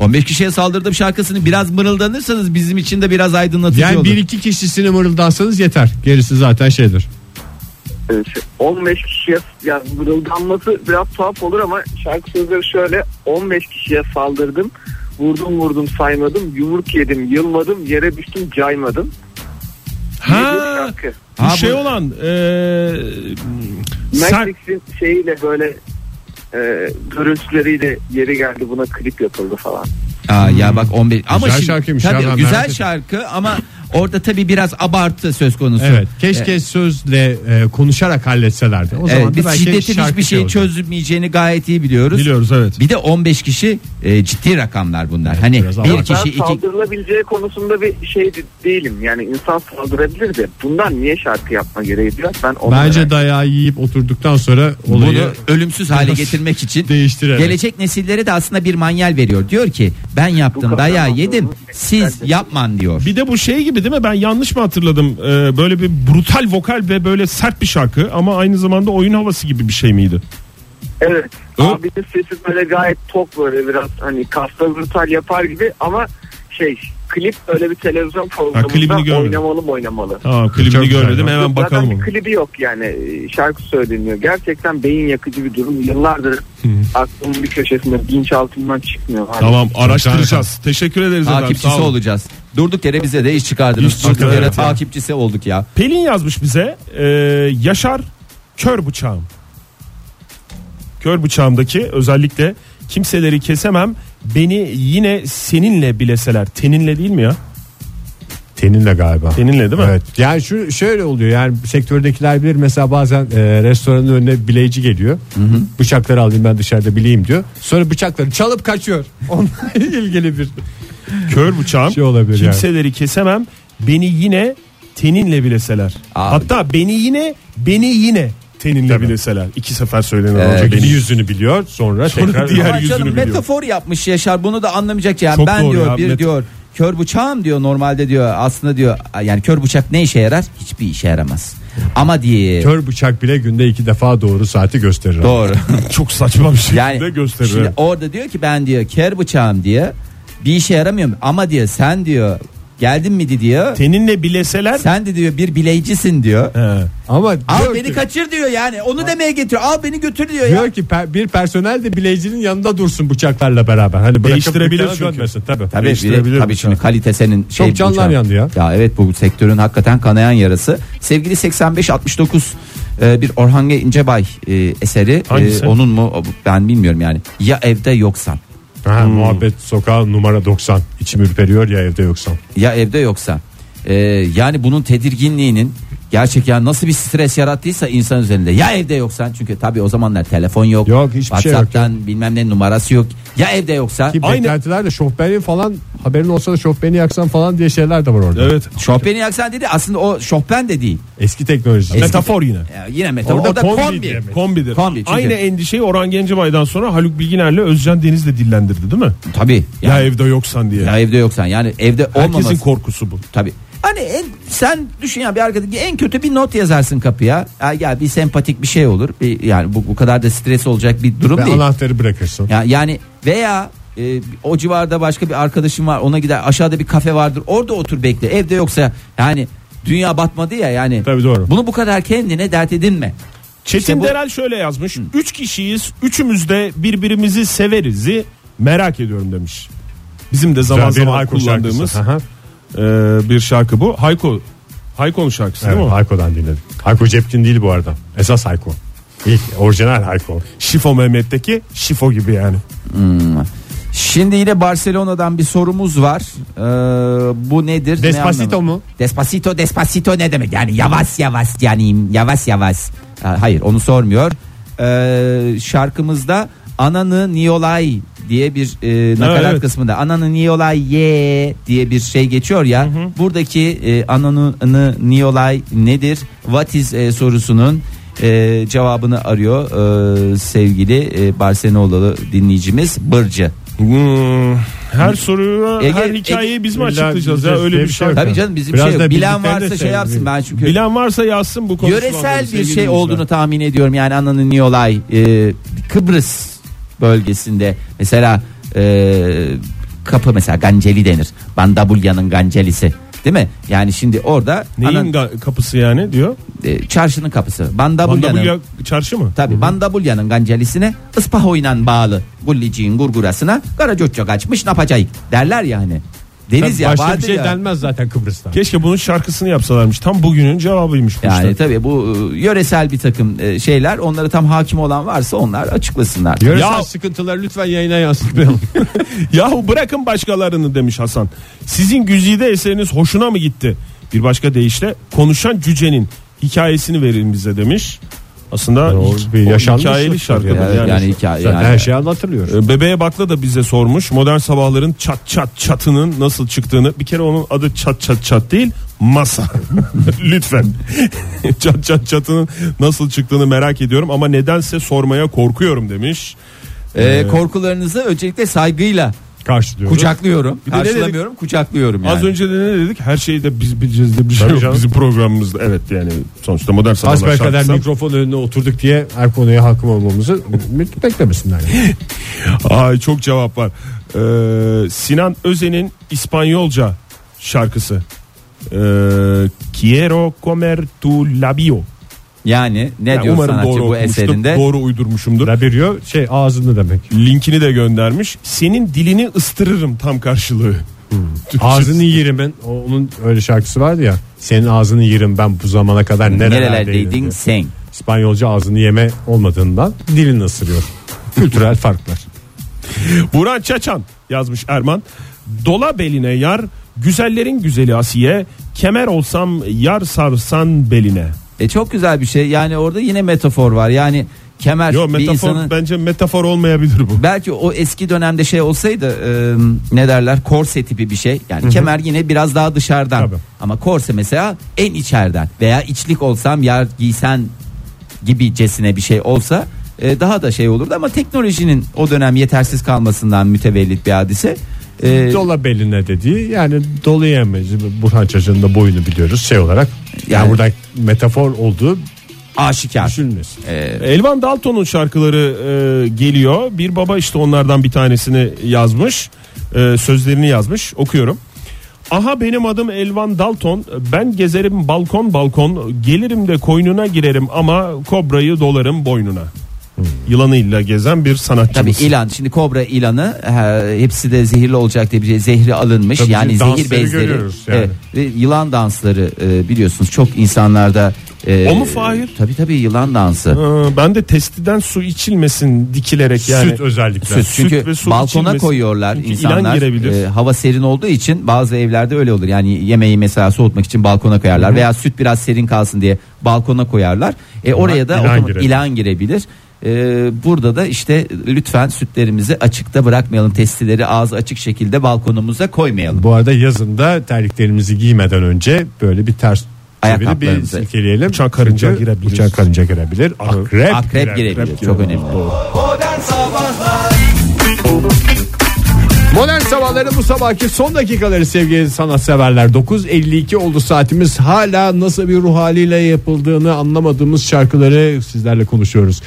[SPEAKER 3] 15 kişiye saldırdım şarkısını biraz mırıldanırsanız bizim için de biraz aydınlatıcı
[SPEAKER 2] Yani
[SPEAKER 3] olur.
[SPEAKER 2] bir iki kişisini mırıldansanız yeter. Gerisi zaten şeydir.
[SPEAKER 1] Ee, şey, 15 kişiye yani mırıldanması biraz tuhaf olur ama şarkı sözleri şöyle 15 kişiye saldırdım vurdum vurdum saymadım yumruk yedim yılmadım yere düştüm caymadım
[SPEAKER 4] Ha,
[SPEAKER 1] Nedir şarkı
[SPEAKER 4] bu
[SPEAKER 3] Ha,
[SPEAKER 4] şey
[SPEAKER 3] bu-
[SPEAKER 4] olan e, Sen-
[SPEAKER 1] Netflix'in şeyiyle böyle e, görüntüleriyle yeri geldi buna klip yapıldı falan.
[SPEAKER 3] Aa, ya bak 11 ama
[SPEAKER 2] Güzel
[SPEAKER 3] şimdi-
[SPEAKER 2] şarkıymış
[SPEAKER 3] tabii,
[SPEAKER 2] ya, ben merak
[SPEAKER 3] güzel
[SPEAKER 2] ettim.
[SPEAKER 3] şarkı ama orada tabii biraz abartı söz konusu.
[SPEAKER 2] Evet. Keşke sözle e, konuşarak halletselerdi. O
[SPEAKER 3] Evet,
[SPEAKER 2] zaman da
[SPEAKER 3] biz
[SPEAKER 2] belki
[SPEAKER 3] şiddetin
[SPEAKER 2] şarkı
[SPEAKER 3] hiçbir
[SPEAKER 2] şey
[SPEAKER 3] şeyi
[SPEAKER 2] olurdu.
[SPEAKER 3] çözmeyeceğini gayet iyi biliyoruz.
[SPEAKER 4] Biliyoruz, evet.
[SPEAKER 3] Bir de 15 kişi e, ciddi rakamlar bunlar. hani
[SPEAKER 2] biraz
[SPEAKER 3] bir
[SPEAKER 2] abartı.
[SPEAKER 3] kişi
[SPEAKER 1] ben
[SPEAKER 3] iki
[SPEAKER 1] saldırılabileceği konusunda bir şey de- değilim. Yani insan saldırabilir de bundan niye şarkı yapma gereği duyar? Ben onu
[SPEAKER 2] Bence
[SPEAKER 1] merak-
[SPEAKER 2] dayağı yiyip oturduktan sonra olayı
[SPEAKER 3] bunu ölümsüz hale getirmek için
[SPEAKER 2] değiştirerek.
[SPEAKER 3] gelecek nesillere de aslında bir manyel veriyor. Diyor ki ben yaptım
[SPEAKER 1] kadar
[SPEAKER 3] dayağı
[SPEAKER 1] mantığını
[SPEAKER 3] yedim siz
[SPEAKER 1] gerçekten-
[SPEAKER 3] yapman diyor.
[SPEAKER 4] Bir de bu şey gibi değil mi? Ben yanlış mı hatırladım? Ee, böyle bir brutal vokal ve böyle sert bir şarkı ama aynı zamanda oyun havası gibi bir şey miydi?
[SPEAKER 1] Evet.
[SPEAKER 4] Hı?
[SPEAKER 1] Abinin sesi böyle gayet tok böyle biraz hani kasta brutal yapar gibi ama şey klip öyle bir televizyon
[SPEAKER 4] klibini
[SPEAKER 1] programında
[SPEAKER 4] görmedim.
[SPEAKER 1] oynamalı mı oynamalı.
[SPEAKER 4] Aa,
[SPEAKER 2] Çok
[SPEAKER 4] klibini
[SPEAKER 2] güzel
[SPEAKER 4] görmedim.
[SPEAKER 2] ya.
[SPEAKER 4] Hemen
[SPEAKER 1] Zaten
[SPEAKER 4] bakalım.
[SPEAKER 1] bir
[SPEAKER 4] ona.
[SPEAKER 1] klibi yok yani Ee, şarkı söyleniyor. Gerçekten beyin yakıcı bir durum. Yıllardır aklımın bir köşesinde bilinçaltından çıkmıyor. Hani
[SPEAKER 4] Tamam araştıracağız. Teşekkür ederiz efendim.
[SPEAKER 3] takipçisi
[SPEAKER 4] Sağ olun.
[SPEAKER 3] olacağız. Durduk yere bize de iş çıkardınız.
[SPEAKER 4] İş
[SPEAKER 3] Durduk
[SPEAKER 4] çıkardı,
[SPEAKER 3] yere
[SPEAKER 4] evet ya.
[SPEAKER 3] takipçisi olduk ya.
[SPEAKER 4] Pelin yazmış bize. e, Yaşar kör bıçağım. Kör bıçağımdaki özellikle kimseleri kesemem beni yine seninle bileseler. Teninle değil mi ya?
[SPEAKER 2] Teninle galiba.
[SPEAKER 4] Teninle değil mi?
[SPEAKER 2] Evet. Yani şu şöyle oluyor. Yani sektördekiler bilir mesela bazen e, restoranın önüne bileyici geliyor. Bıçakları alayım ben dışarıda bileyim diyor. Sonra bıçakları çalıp kaçıyor. Onunla ilgili bir
[SPEAKER 4] Kör bıçağım.
[SPEAKER 2] Şey olabilir yani.
[SPEAKER 4] kimseleri kesemem beni yine teninle bileseler.
[SPEAKER 3] Abi.
[SPEAKER 4] Hatta beni yine beni yine teninle bileseler. İki sefer söylenen
[SPEAKER 3] Ee,
[SPEAKER 4] olacak.
[SPEAKER 2] bir
[SPEAKER 4] Beni
[SPEAKER 2] yüzünü biliyor. Sonra,
[SPEAKER 4] Sonra
[SPEAKER 2] tekrar
[SPEAKER 4] diğer
[SPEAKER 3] Ama
[SPEAKER 4] yüzünü
[SPEAKER 3] canım
[SPEAKER 4] biliyor.
[SPEAKER 3] metafor yapmış Yaşar bunu da anlamayacak yani
[SPEAKER 4] Çok
[SPEAKER 3] ben
[SPEAKER 4] doğru
[SPEAKER 3] diyor
[SPEAKER 4] ya,
[SPEAKER 3] bir
[SPEAKER 4] met-
[SPEAKER 3] diyor kör bıçağım diyor normalde diyor aslında diyor yani kör bıçak ne işe yarar hiçbir işe yaramaz ama diye
[SPEAKER 2] kör bıçak bile günde iki defa doğru saati gösterir. Şey,
[SPEAKER 3] doğru
[SPEAKER 4] çok saçma bir şekilde
[SPEAKER 3] yani
[SPEAKER 4] gösterir.
[SPEAKER 3] şimdi orada diyor ki ben diyor kör bıçağım diye bir işe yaramıyorum ama diyor sen diyor geldin mi diyor
[SPEAKER 4] Teninle bileseler
[SPEAKER 3] sen de diyor bir bileycisin diyor
[SPEAKER 4] He.
[SPEAKER 2] Ama
[SPEAKER 3] al
[SPEAKER 2] diyor
[SPEAKER 3] beni
[SPEAKER 2] ki-
[SPEAKER 3] kaçır diyor yani onu demeye getiriyor al beni götür diyor ya
[SPEAKER 2] Diyor ki per- bir personel de bileyicinin yanında dursun bıçaklarla beraber. Hani bırakıp
[SPEAKER 4] Değiştirebilir
[SPEAKER 2] dükkana
[SPEAKER 4] çünkü.
[SPEAKER 2] dönmesin tabii.
[SPEAKER 3] Tabii,
[SPEAKER 4] Değiştirebilir
[SPEAKER 3] bir- tabii
[SPEAKER 4] mi?
[SPEAKER 3] şimdi kalite senin şey
[SPEAKER 2] canlar
[SPEAKER 3] bıçağın.
[SPEAKER 2] yandı ya.
[SPEAKER 3] Ya evet bu sektörün hakikaten kanayan yarası. Sevgili 85-69 e, bir Orhan İncebay e, eseri. E,
[SPEAKER 4] Hangisi?
[SPEAKER 3] onun mu O, ben bilmiyorum yani. Ya evde yoksan.
[SPEAKER 2] Ha, Muhabbet sokağı numara 90. İçim ürperiyor ya evde yoksan.
[SPEAKER 3] Ya evde yoksan. E, yani bunun tedirginliğinin gerçek ya nasıl bir stres yarattıysa insan üzerinde. Ya evde yoksan çünkü tabii o zamanlar telefon yok.
[SPEAKER 2] Yok, hiçbir şey yok
[SPEAKER 3] WhatsApp'tan bilmem ne numarası yok. Ya evde yoksa.
[SPEAKER 2] Ki
[SPEAKER 4] Aynı-
[SPEAKER 2] beklentiler de şofbeni falan haberin olsa da şofbeni yaksan falan diye şeyler de var orada.
[SPEAKER 4] Evet.
[SPEAKER 3] Şofbeni yaksan dedi aslında o şofben de değil.
[SPEAKER 2] Eski teknoloji.
[SPEAKER 3] Eski-
[SPEAKER 4] Metafor yine.
[SPEAKER 3] Ya yine metafor.
[SPEAKER 2] Orada
[SPEAKER 3] Orada
[SPEAKER 2] kombi
[SPEAKER 3] kombi.
[SPEAKER 2] diye
[SPEAKER 4] Kombidir.
[SPEAKER 3] Kombi çünkü-
[SPEAKER 4] Aynı endişeyi Orhan Gencebay'dan sonra Haluk Bilginer'le Özcan Deniz de dillendirdi değil mi?
[SPEAKER 3] Tabii.
[SPEAKER 4] Ya, evde yoksan diye.
[SPEAKER 3] Ya evde yoksan yani evde
[SPEAKER 4] Herkesin
[SPEAKER 3] olmaması
[SPEAKER 4] korkusu bu.
[SPEAKER 3] tabi. Hani en, sen düşün ya bir arkadaki en kötü bir not yazarsın kapıya. Ya, ya bir sempatik bir şey olur. Bir, yani bu bu kadar da stres olacak bir durum
[SPEAKER 2] Ve
[SPEAKER 3] değil.
[SPEAKER 2] anahtarı bırakırsın.
[SPEAKER 3] Ya, yani veya e, o civarda başka bir arkadaşım var ona gider aşağıda bir kafe vardır orada otur bekle evde yoksa yani dünya batmadı ya yani
[SPEAKER 2] Tabii doğru.
[SPEAKER 3] bunu bu kadar kendine dert edinme
[SPEAKER 4] Çetin
[SPEAKER 3] İşte bu-
[SPEAKER 4] Derel şöyle yazmış. Üç kişiyiz. Üçümüz de birbirimizi severizi merak ediyorum demiş. Bizim de zaman
[SPEAKER 2] Güzel bir
[SPEAKER 4] zaman
[SPEAKER 2] Hayko
[SPEAKER 4] kullandığımız
[SPEAKER 2] şarkısı. Aha.
[SPEAKER 4] e, bir şarkı bu. Hayko. Hayko'nun şarkısı
[SPEAKER 2] Evet,
[SPEAKER 4] değil mi?
[SPEAKER 2] Hayko'dan dinledim. Hayko Cepkin değil bu arada. Esas Hayko. İlk orijinal Hayko.
[SPEAKER 4] Şifo Mehmet'teki Şifo gibi yani.
[SPEAKER 3] Şimdi yine Barcelona'dan bir sorumuz var. Ee, bu nedir? Ne
[SPEAKER 2] Despacito
[SPEAKER 3] anlamı?
[SPEAKER 2] mu?
[SPEAKER 3] Despacito, despacito ne demek? Yani yavaş yavaş yani yavaş yavaş. Ha, Hayır onu sormuyor. Ee, şarkımızda Ananı Niolay diye bir e, nakarat
[SPEAKER 4] Ha, evet.
[SPEAKER 3] kısmında Ananı Niolay ye diye bir şey geçiyor ya. Buradaki e, Ananı Niolay nedir? What is e, sorusunun e, cevabını arıyor e, sevgili e, Barcelona'lı dinleyicimiz Bırcı.
[SPEAKER 4] Hmm, her soruyu,
[SPEAKER 3] Ege-
[SPEAKER 4] her hikayeyi biz mi
[SPEAKER 2] Ege-
[SPEAKER 4] açıklayacağız
[SPEAKER 2] Ege-
[SPEAKER 4] ya öyle bir
[SPEAKER 2] Ege-
[SPEAKER 4] şey. yok.
[SPEAKER 3] Tabii canım bizim
[SPEAKER 2] Biraz
[SPEAKER 3] şey
[SPEAKER 2] da
[SPEAKER 3] yok. Bilen
[SPEAKER 2] bildiklerini
[SPEAKER 3] varsa
[SPEAKER 2] de
[SPEAKER 3] şey yapsın
[SPEAKER 2] sevmiyorum.
[SPEAKER 3] ben çünkü.
[SPEAKER 4] Bilen varsa yazsın bu konuyu.
[SPEAKER 3] yöresel bir şey olduğunu tahmin ediyorum. Yani Ana'nın Niolay e, Kıbrıs bölgesinde mesela e, kapı mesela Ganceli denir. Bandabulya'nın Gancelisi. Değil mi? Yani şimdi orada
[SPEAKER 4] Neyin
[SPEAKER 3] Anan-
[SPEAKER 4] ga- kapısı yani diyor.
[SPEAKER 3] e, çarşının kapısı. Bandabulya'nın
[SPEAKER 4] Bandabulya çarşı mı?
[SPEAKER 3] Tabi Bandabulya'nın gancelisine ıspahoyla bağlı gulliciğin gurgurasına Karacoçça kaçmış napacayık derler yani. Deniz ya
[SPEAKER 2] Başka bir
[SPEAKER 3] vadi
[SPEAKER 2] şey
[SPEAKER 3] ya.
[SPEAKER 2] denmez zaten Kıbrıs'ta.
[SPEAKER 4] Keşke bunun şarkısını yapsalarmış. Tam bugünün cevabıymış bu
[SPEAKER 3] Yani
[SPEAKER 4] işte.
[SPEAKER 3] tabii bu e, yöresel bir takım e, şeyler onlara tam hakim olan varsa onlar açıklasınlar.
[SPEAKER 2] Yöresel
[SPEAKER 4] Ya-
[SPEAKER 2] sıkıntıları lütfen yayına yansıtmayalım.
[SPEAKER 4] Yahu bırakın başkalarını demiş Hasan. Sizin güzide eseriniz hoşuna mı gitti? Bir başka deyişle konuşan cücenin hikayesini verin bize demiş. Aslında
[SPEAKER 2] Doğru,
[SPEAKER 4] hi-
[SPEAKER 2] bir
[SPEAKER 4] o
[SPEAKER 2] yaşanmış
[SPEAKER 4] hikayeli
[SPEAKER 2] şey
[SPEAKER 4] şarkı.
[SPEAKER 3] Yani,
[SPEAKER 4] Yani,
[SPEAKER 3] yani, hikaye
[SPEAKER 2] Zaten
[SPEAKER 3] yani.
[SPEAKER 2] her şeyi anlatılıyor.
[SPEAKER 4] E, Bebeğe Bakla da bize sormuş. Modern sabahların çat çat çatının nasıl çıktığını. Bir kere onun adı çat çat çat değil masa. Lütfen. çat çat çatının nasıl çıktığını merak ediyorum ama nedense sormaya korkuyorum demiş.
[SPEAKER 3] E, korkularınızı öncelikle saygıyla
[SPEAKER 2] Karşılıyoruz.
[SPEAKER 3] kucaklıyorum.
[SPEAKER 4] de ne dedik?
[SPEAKER 3] Karşılamıyorum, kucaklıyorum yani.
[SPEAKER 4] Az önce de ne dedik? Her şeyi de biz bileceğiz de bir şey
[SPEAKER 2] Tabii
[SPEAKER 4] yok.
[SPEAKER 2] canım.
[SPEAKER 4] Bizim programımızda evet yani sonuçta modern sabahlar
[SPEAKER 2] Hasbel kadar
[SPEAKER 4] şarkısı.
[SPEAKER 2] mikrofon önüne oturduk diye her konuya hakim olmamızı beklemesinler.
[SPEAKER 4] Ay çok cevap var. Ee, Sinan Özen'in İspanyolca şarkısı. Ee, Quiero comer tu labio.
[SPEAKER 3] Yani ne
[SPEAKER 4] Yani
[SPEAKER 3] diyor
[SPEAKER 4] umarım
[SPEAKER 3] sanatçı
[SPEAKER 4] doğru
[SPEAKER 3] bu
[SPEAKER 4] okumuştum,
[SPEAKER 3] eserinde?
[SPEAKER 4] Doğru uydurmuşumdur.
[SPEAKER 2] Labirio şey ağzını demek.
[SPEAKER 4] Linkini de göndermiş. Senin dilini ıstırırım tam karşılığı. Türkçesi.
[SPEAKER 2] Hmm. Ağzını yerim ben. o- Onun öyle şarkısı vardı ya. Senin ağzını yerim ben bu zamana kadar nerelerdeydin.
[SPEAKER 3] Nerelerdeydin
[SPEAKER 2] diye.
[SPEAKER 3] sen?
[SPEAKER 2] İspanyolca ağzını yeme olmadığından dilini ısırıyor. Kültürel farklar.
[SPEAKER 4] Burhan Çaçan yazmış Erman. Dola beline yar, güzellerin güzeli Asiye, kemer olsam yar sarsan beline.
[SPEAKER 3] E çok güzel bir şey. Yani orada yine metafor var. Yani kemer
[SPEAKER 4] Yo
[SPEAKER 3] bir
[SPEAKER 4] metafor
[SPEAKER 3] insanın
[SPEAKER 4] bence metafor olmayabilir bu.
[SPEAKER 3] belki o eski dönemde şey olsaydı e, ne derler korse tipi bir şey. Yani kemer yine biraz daha dışarıdan.
[SPEAKER 2] Tabii.
[SPEAKER 3] Ama korse mesela en içeriden veya içlik olsam yer giysen gibicesine bir şey olsa e, daha da şey olurdu ama teknolojinin o dönem yetersiz kalmasından mütevellit bir hadise. E,
[SPEAKER 2] Dola beline dediği yani dolu yemeci Burhan Çacı'nın da boyunu biliyoruz şey olarak. Yani,
[SPEAKER 3] Yani-
[SPEAKER 2] burada metafor olduğu
[SPEAKER 3] aşikar.
[SPEAKER 2] düşünülmesin.
[SPEAKER 4] Elvan Dalton'un şarkıları e, geliyor. Bir baba işte onlardan bir tanesini yazmış. E, sözlerini yazmış. Okuyorum. Aha benim adım Elvan Dalton. Ben gezerim balkon balkon. Gelirim de koynuna girerim ama kobrayı dolarım boynuna. Yılanıyla gezen bir
[SPEAKER 3] Tabii
[SPEAKER 4] sanatçımız.
[SPEAKER 3] ilan şimdi kobra ilanı he, hepsi de zehirli olacak diye bir şey- zehri alınmış
[SPEAKER 2] Tabii
[SPEAKER 3] yani
[SPEAKER 2] bizim
[SPEAKER 3] zehir
[SPEAKER 2] dansları
[SPEAKER 3] bezleri
[SPEAKER 2] görüyoruz yani.
[SPEAKER 3] Evet. ve yılan dansları e, biliyorsunuz çok insanlarda e,
[SPEAKER 4] O mu Fahir?
[SPEAKER 3] Tabii tabii yılan dansı.
[SPEAKER 4] Ee, ben de testiden su içilmesin dikilerek yani.
[SPEAKER 2] Süt özellikle.
[SPEAKER 3] Süt,
[SPEAKER 4] Süt
[SPEAKER 3] çünkü
[SPEAKER 4] ve su
[SPEAKER 3] balkona
[SPEAKER 4] içilmesi.
[SPEAKER 3] koyuyorlar
[SPEAKER 4] Çünkü
[SPEAKER 3] insanlar.
[SPEAKER 4] ilan girebilir.
[SPEAKER 3] E, hava serin olduğu için bazı evlerde öyle olur. Yani yemeği mesela soğutmak için balkona koyarlar veya süt biraz serin kalsın diye balkona koyarlar. E oraya da
[SPEAKER 2] ilan
[SPEAKER 3] otomatik
[SPEAKER 2] girebilir.
[SPEAKER 3] ilan girebilir. E, burada da işte lütfen sütlerimizi açıkta bırakmayalım. Testileri ağzı açık şekilde balkonumuza koymayalım.
[SPEAKER 2] Bu arada yazında terliklerimizi giymeden önce böyle bir ters
[SPEAKER 3] Ayak
[SPEAKER 2] çevirip bir
[SPEAKER 3] kaplarımızı.
[SPEAKER 2] silkeleyelim.
[SPEAKER 4] Uçan karınca
[SPEAKER 2] Çünkü
[SPEAKER 4] girebilir.
[SPEAKER 2] Uçan karınca girebilir. Akrep,
[SPEAKER 3] Akrep girebilir. Çok önemli.
[SPEAKER 2] Modern sabahları bu sabahki son dakikaları sevgili sanatseverler. 9.52 oldu saatimiz. Hala nasıl bir ruh haliyle yapıldığını anlamadığımız şarkıları sizlerle konuşuyoruz.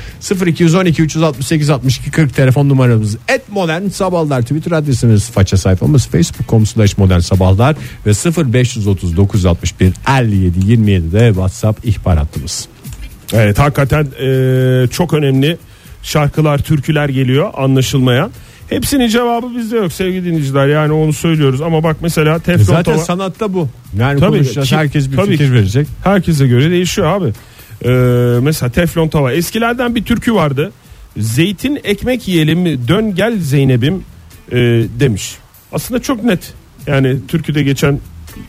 [SPEAKER 2] 0212 368 62 40 telefon numaramız. Et modern sabahlar Twitter adresimiz faça sayfamız facebook.com slash modern sabahlar ve 0539 61 57 27'de whatsapp ihbar hattımız.
[SPEAKER 4] Evet hakikaten e, çok önemli şarkılar, türküler geliyor anlaşılmayan. Hepsinin cevabı bizde yok sevgili dinleyiciler yani onu söylüyoruz ama bak mesela Teflon
[SPEAKER 2] Zaten
[SPEAKER 4] E, Tava-
[SPEAKER 2] sanatta bu. Yani
[SPEAKER 4] Tabii,
[SPEAKER 2] konuşacağız
[SPEAKER 4] kim-
[SPEAKER 2] herkes bir
[SPEAKER 4] tabii
[SPEAKER 2] fikir
[SPEAKER 4] ki.
[SPEAKER 2] verecek.
[SPEAKER 4] herkese göre değişiyor abi. E, mesela Teflon Tava eskilerden bir türkü vardı. Zeytin ekmek yiyelim dön gel Zeynep'im e, demiş. Aslında çok net yani türküde geçen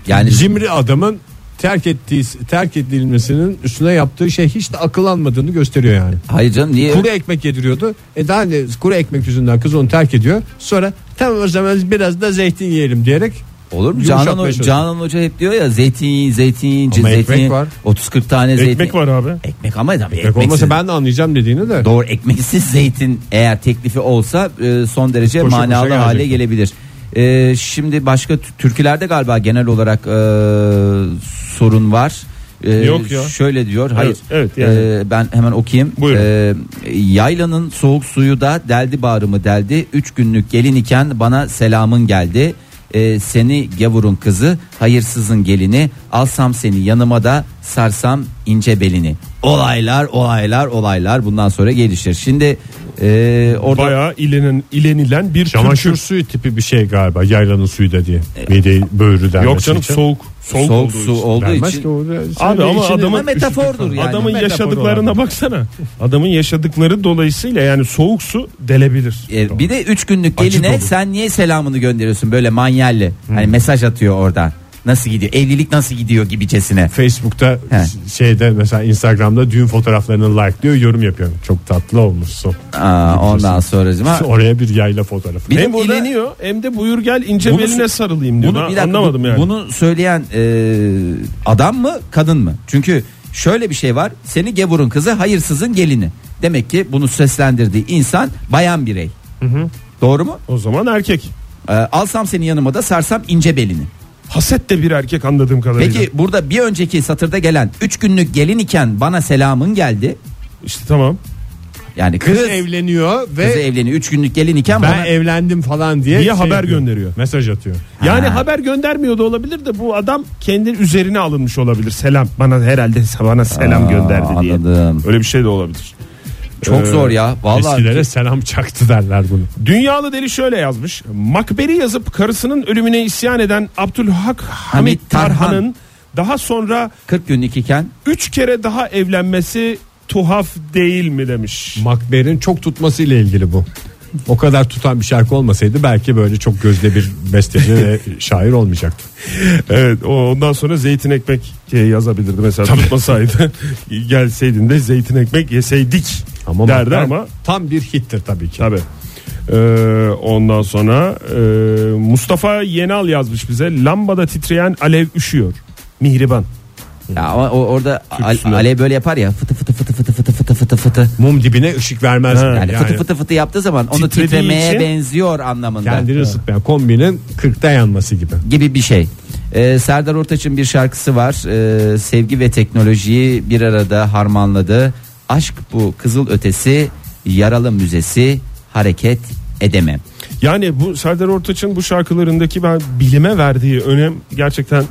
[SPEAKER 3] Yani
[SPEAKER 2] Cimri adamın terk ettiği terk edilmesinin üstüne yaptığı şey hiç de akıl almadığını gösteriyor yani.
[SPEAKER 3] hayır canım niye?
[SPEAKER 2] Kuru ekmek yediriyordu. E daha ne kuru ekmek yüzünden kız onu terk ediyor. Sonra tamam o zaman biraz da zeytin yiyelim diyerek
[SPEAKER 3] Olur mu?
[SPEAKER 2] Yumuşatmaya
[SPEAKER 3] Canan, Ho-
[SPEAKER 2] çalışıyor.
[SPEAKER 3] Canan Hoca hep diyor ya zeytin, yiyin, zeytin, yiyin,
[SPEAKER 2] Ama
[SPEAKER 3] zeytin.
[SPEAKER 2] ekmek var.
[SPEAKER 3] 30-40 tane zeytin.
[SPEAKER 4] ekmek var abi.
[SPEAKER 3] Ekmek ama tabii
[SPEAKER 2] ekmek
[SPEAKER 3] ekmeksiz-
[SPEAKER 2] olmasa ben de anlayacağım dediğini de.
[SPEAKER 3] Doğru ekmeksiz zeytin eğer teklifi olsa e, son derece
[SPEAKER 2] Koşa
[SPEAKER 3] manalı
[SPEAKER 2] koşa
[SPEAKER 3] hale
[SPEAKER 2] gelecek.
[SPEAKER 3] gelebilir. E, şimdi başka tü- türkülerde galiba genel olarak e, sorun var. E,
[SPEAKER 4] Yok ya.
[SPEAKER 3] Şöyle diyor. Hayır.
[SPEAKER 4] evet yani.
[SPEAKER 3] E, ben hemen okuyayım.
[SPEAKER 4] Buyurun.
[SPEAKER 3] E, yaylanın soğuk suyu da deldi bağrımı deldi. Üç günlük gelin iken bana selamın geldi. E, seni Ee, gavurun kızı hayırsızın gelini alsam seni yanıma da sarsam ince belini. Olaylar olaylar olaylar bundan sonra gelişir. Şimdi e, orada
[SPEAKER 4] Bayağı ilenen, ilenilen bir
[SPEAKER 2] Çamaşır
[SPEAKER 4] türkü.
[SPEAKER 2] suyu tipi bir şey galiba yaylanın suyu da diye. Mideyi böğrü dermesi
[SPEAKER 4] Yok canım
[SPEAKER 2] için.
[SPEAKER 4] soğuk. Soğuk,
[SPEAKER 3] soğuk
[SPEAKER 4] olduğu
[SPEAKER 3] su
[SPEAKER 4] için.
[SPEAKER 3] olduğu
[SPEAKER 2] Vermez
[SPEAKER 3] için
[SPEAKER 2] ki o da- sen
[SPEAKER 4] Abi
[SPEAKER 2] de
[SPEAKER 4] ama
[SPEAKER 2] işini-
[SPEAKER 4] adamın
[SPEAKER 3] Ama metafordur yani.
[SPEAKER 4] Adamın
[SPEAKER 3] Metafor
[SPEAKER 4] yaşadıklarına baksana. Adamın yaşadıkları dolayısıyla yani soğuk su delebilir.
[SPEAKER 3] E, bir de 3 günlük
[SPEAKER 2] Acı
[SPEAKER 3] geline
[SPEAKER 2] dolu.
[SPEAKER 3] sen niye selamını gönderiyorsun böyle manyelli? Hani
[SPEAKER 4] Hmm.
[SPEAKER 3] mesaj atıyor oradan. Nasıl gidiyor? Evlilik nasıl gidiyor gibicesine.
[SPEAKER 2] Facebook'ta
[SPEAKER 3] He.
[SPEAKER 2] şeyde mesela Instagram'da düğün fotoğraflarını like diyor yorum yapıyorum. Çok tatlı olmuşsun.
[SPEAKER 3] Aa, ondan sonra
[SPEAKER 2] Oraya bir yayla fotoğrafı.
[SPEAKER 3] Bir de
[SPEAKER 4] hem
[SPEAKER 3] burada-
[SPEAKER 4] ileniyor hem de buyur gel ince
[SPEAKER 3] Bunu-
[SPEAKER 4] beline sarılayım diyor.
[SPEAKER 3] Bunu-
[SPEAKER 4] Ben
[SPEAKER 3] bir dakika,
[SPEAKER 4] anlamadım
[SPEAKER 3] bu-
[SPEAKER 4] yani.
[SPEAKER 3] Bunu söyleyen e, adam mı kadın mı? Çünkü şöyle bir şey var. Seni gevurun kızı hayırsızın gelini. Demek ki bunu seslendirdiği insan bayan birey. Doğru mu?
[SPEAKER 4] O zaman erkek.
[SPEAKER 3] E, alsam seni yanıma da sarsam ince belini.
[SPEAKER 4] Haset de bir erkek anladığım kadarıyla.
[SPEAKER 3] Peki burada bir önceki satırda gelen 3 günlük gelin iken bana selamın geldi.
[SPEAKER 4] İşte tamam.
[SPEAKER 3] Yani kız,
[SPEAKER 2] Kız, evleniyor ve
[SPEAKER 3] kızı evleniyor. 3 günlük gelin iken
[SPEAKER 2] ben
[SPEAKER 3] bana
[SPEAKER 2] evlendim falan diye şey
[SPEAKER 4] Niye haber
[SPEAKER 2] yapıyor,
[SPEAKER 4] gönderiyor?
[SPEAKER 2] Mesaj atıyor.
[SPEAKER 4] Yani haber göndermiyor da olabilir de bu adam kendi üzerine alınmış olabilir. Selam bana herhalde bana selam
[SPEAKER 3] Aa,
[SPEAKER 4] gönderdi diye.
[SPEAKER 3] anladım.
[SPEAKER 4] Öyle bir şey de olabilir.
[SPEAKER 3] çok
[SPEAKER 4] Ee,
[SPEAKER 3] zor ya. Vallahi şey-
[SPEAKER 2] Eskilere selam çaktı derler bunu.
[SPEAKER 4] Dünyalı Deli şöyle yazmış. Makberi yazıp karısının ölümüne isyan eden Abdülhak Hamit
[SPEAKER 3] Hamit Tarhan.
[SPEAKER 4] Tarhan'ın daha sonra
[SPEAKER 3] 40 günlük iken
[SPEAKER 4] üç kere daha evlenmesi tuhaf değil mi demiş.
[SPEAKER 2] Macbeth'in çok tutması ile ilgili bu. O kadar tutan bir şarkı olmasaydı belki böyle çok gözde bir besteci ve şair olmayacaktı.
[SPEAKER 4] Evet o ondan sonra zeytin ekmek diye yazabilirdi mesela tutmasaydı gelseydin de zeytin ekmek yeseydik
[SPEAKER 2] Ama
[SPEAKER 4] derdi
[SPEAKER 2] Macbeth
[SPEAKER 4] ama
[SPEAKER 2] tam bir hittir tabii ki.
[SPEAKER 4] tabi. ondan sonra ee, Mustafa Yenal yazmış bize lambada titreyen alev üşüyor. Mihriban.
[SPEAKER 3] ya ama o, orada
[SPEAKER 4] Türküsüne.
[SPEAKER 3] Ale- Alev böyle yapar ya fıtı fıtı fıtı fıtı fıtı fıtı fıtı fıtı.
[SPEAKER 2] Mum dibine ışık vermez.
[SPEAKER 4] Ha,
[SPEAKER 3] Yani, fıtı fıtı fıtı yaptığı zaman onu
[SPEAKER 4] Titrediği
[SPEAKER 3] titremeye
[SPEAKER 4] için-
[SPEAKER 3] benziyor anlamında
[SPEAKER 2] Kendini ısıtmayan kombinin 40'ta yanması gibi.
[SPEAKER 3] gibi bir şey. Ee, Serdar Ortaç'ın bir şarkısı var. Ee, sevgi ve teknolojiyi bir arada harmanladı. Aşk bu kızıl ötesi, yaralı müzesi, hareket edemem.
[SPEAKER 4] Yani bu Serdar Ortaç'ın bu şarkılarındaki ben bilime verdiği önem gerçekten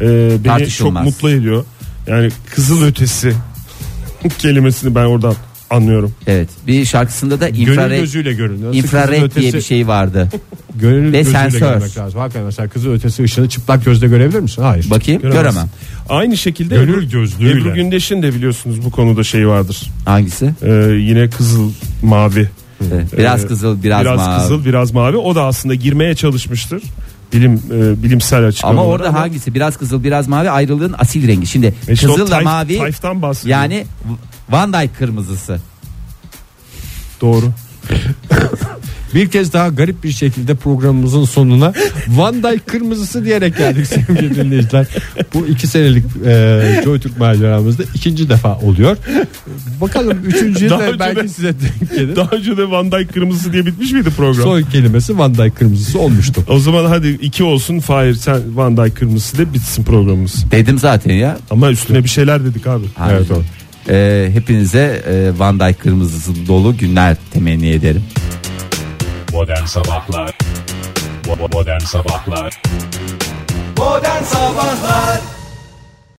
[SPEAKER 4] e, beni çok
[SPEAKER 3] Tartışılmaz.
[SPEAKER 4] mutlu ediyor. Yani kızıl ötesi kelimesini ben oradan anlıyorum.
[SPEAKER 3] Evet. Bir şarkısında da
[SPEAKER 2] Gönül
[SPEAKER 3] infrared
[SPEAKER 2] gözüyle görün.
[SPEAKER 3] infrared diye bir şey vardı.
[SPEAKER 2] Gönül
[SPEAKER 3] Ve
[SPEAKER 2] gözüyle
[SPEAKER 3] sensör.
[SPEAKER 2] görmek lazım. Hakikaten mesela kızı ötesi ışığını çıplak gözle görebilir misin? Hayır.
[SPEAKER 3] Bakayım
[SPEAKER 4] Göremez.
[SPEAKER 3] göremem.
[SPEAKER 4] Aynı şekilde
[SPEAKER 2] Gönül
[SPEAKER 4] Ebru-
[SPEAKER 2] gözlüğüyle.
[SPEAKER 4] Ebru Gündeş'in de biliyorsunuz bu konuda şey vardır.
[SPEAKER 3] Hangisi?
[SPEAKER 4] E, yine kızıl mavi.
[SPEAKER 3] Evet, Biraz
[SPEAKER 4] Ee,
[SPEAKER 3] kızıl, biraz, mavi.
[SPEAKER 4] kızıl, biraz mavi. O da aslında girmeye çalışmıştır. Bilim e, bilimsel açıklamalar.
[SPEAKER 3] Ama orada hangisi? Biraz kızıl, biraz mavi ayrılığın asil rengi. Şimdi
[SPEAKER 4] İşte E o
[SPEAKER 3] kızılla
[SPEAKER 4] tayf-
[SPEAKER 3] mavi
[SPEAKER 4] tayftan bahsediyor.
[SPEAKER 3] yani Van Dyke kırmızısı.
[SPEAKER 2] Doğru. bir kez daha garip bir şekilde programımızın sonuna Van Dyke kırmızısı diyerek geldik sevgili dinleyiciler. Bu iki senelik e, Joytürk maceramızda ikinci defa oluyor. Bakalım üçüncü
[SPEAKER 4] Daha önce
[SPEAKER 2] de belki
[SPEAKER 4] de-
[SPEAKER 2] size denk gelir.
[SPEAKER 4] daha önce de Van Dyke kırmızısı diye bitmiş miydi program?
[SPEAKER 2] Son kelimesi Van Dyke kırmızısı olmuştu.
[SPEAKER 4] O zaman hadi iki olsun Fahir sen Van Dyke kırmızısı de bitsin programımız.
[SPEAKER 3] Dedim zaten ya.
[SPEAKER 4] Ama üstüne bir şeyler dedik abi.
[SPEAKER 3] Abi.
[SPEAKER 4] Evet o.
[SPEAKER 3] Ee, hepinize e, Van Dyke kırmızısı dolu günler temenni ederim.
[SPEAKER 5] Modern Sabahlar Bo- bo- Modern Sabahlar
[SPEAKER 6] Modern Sabahlar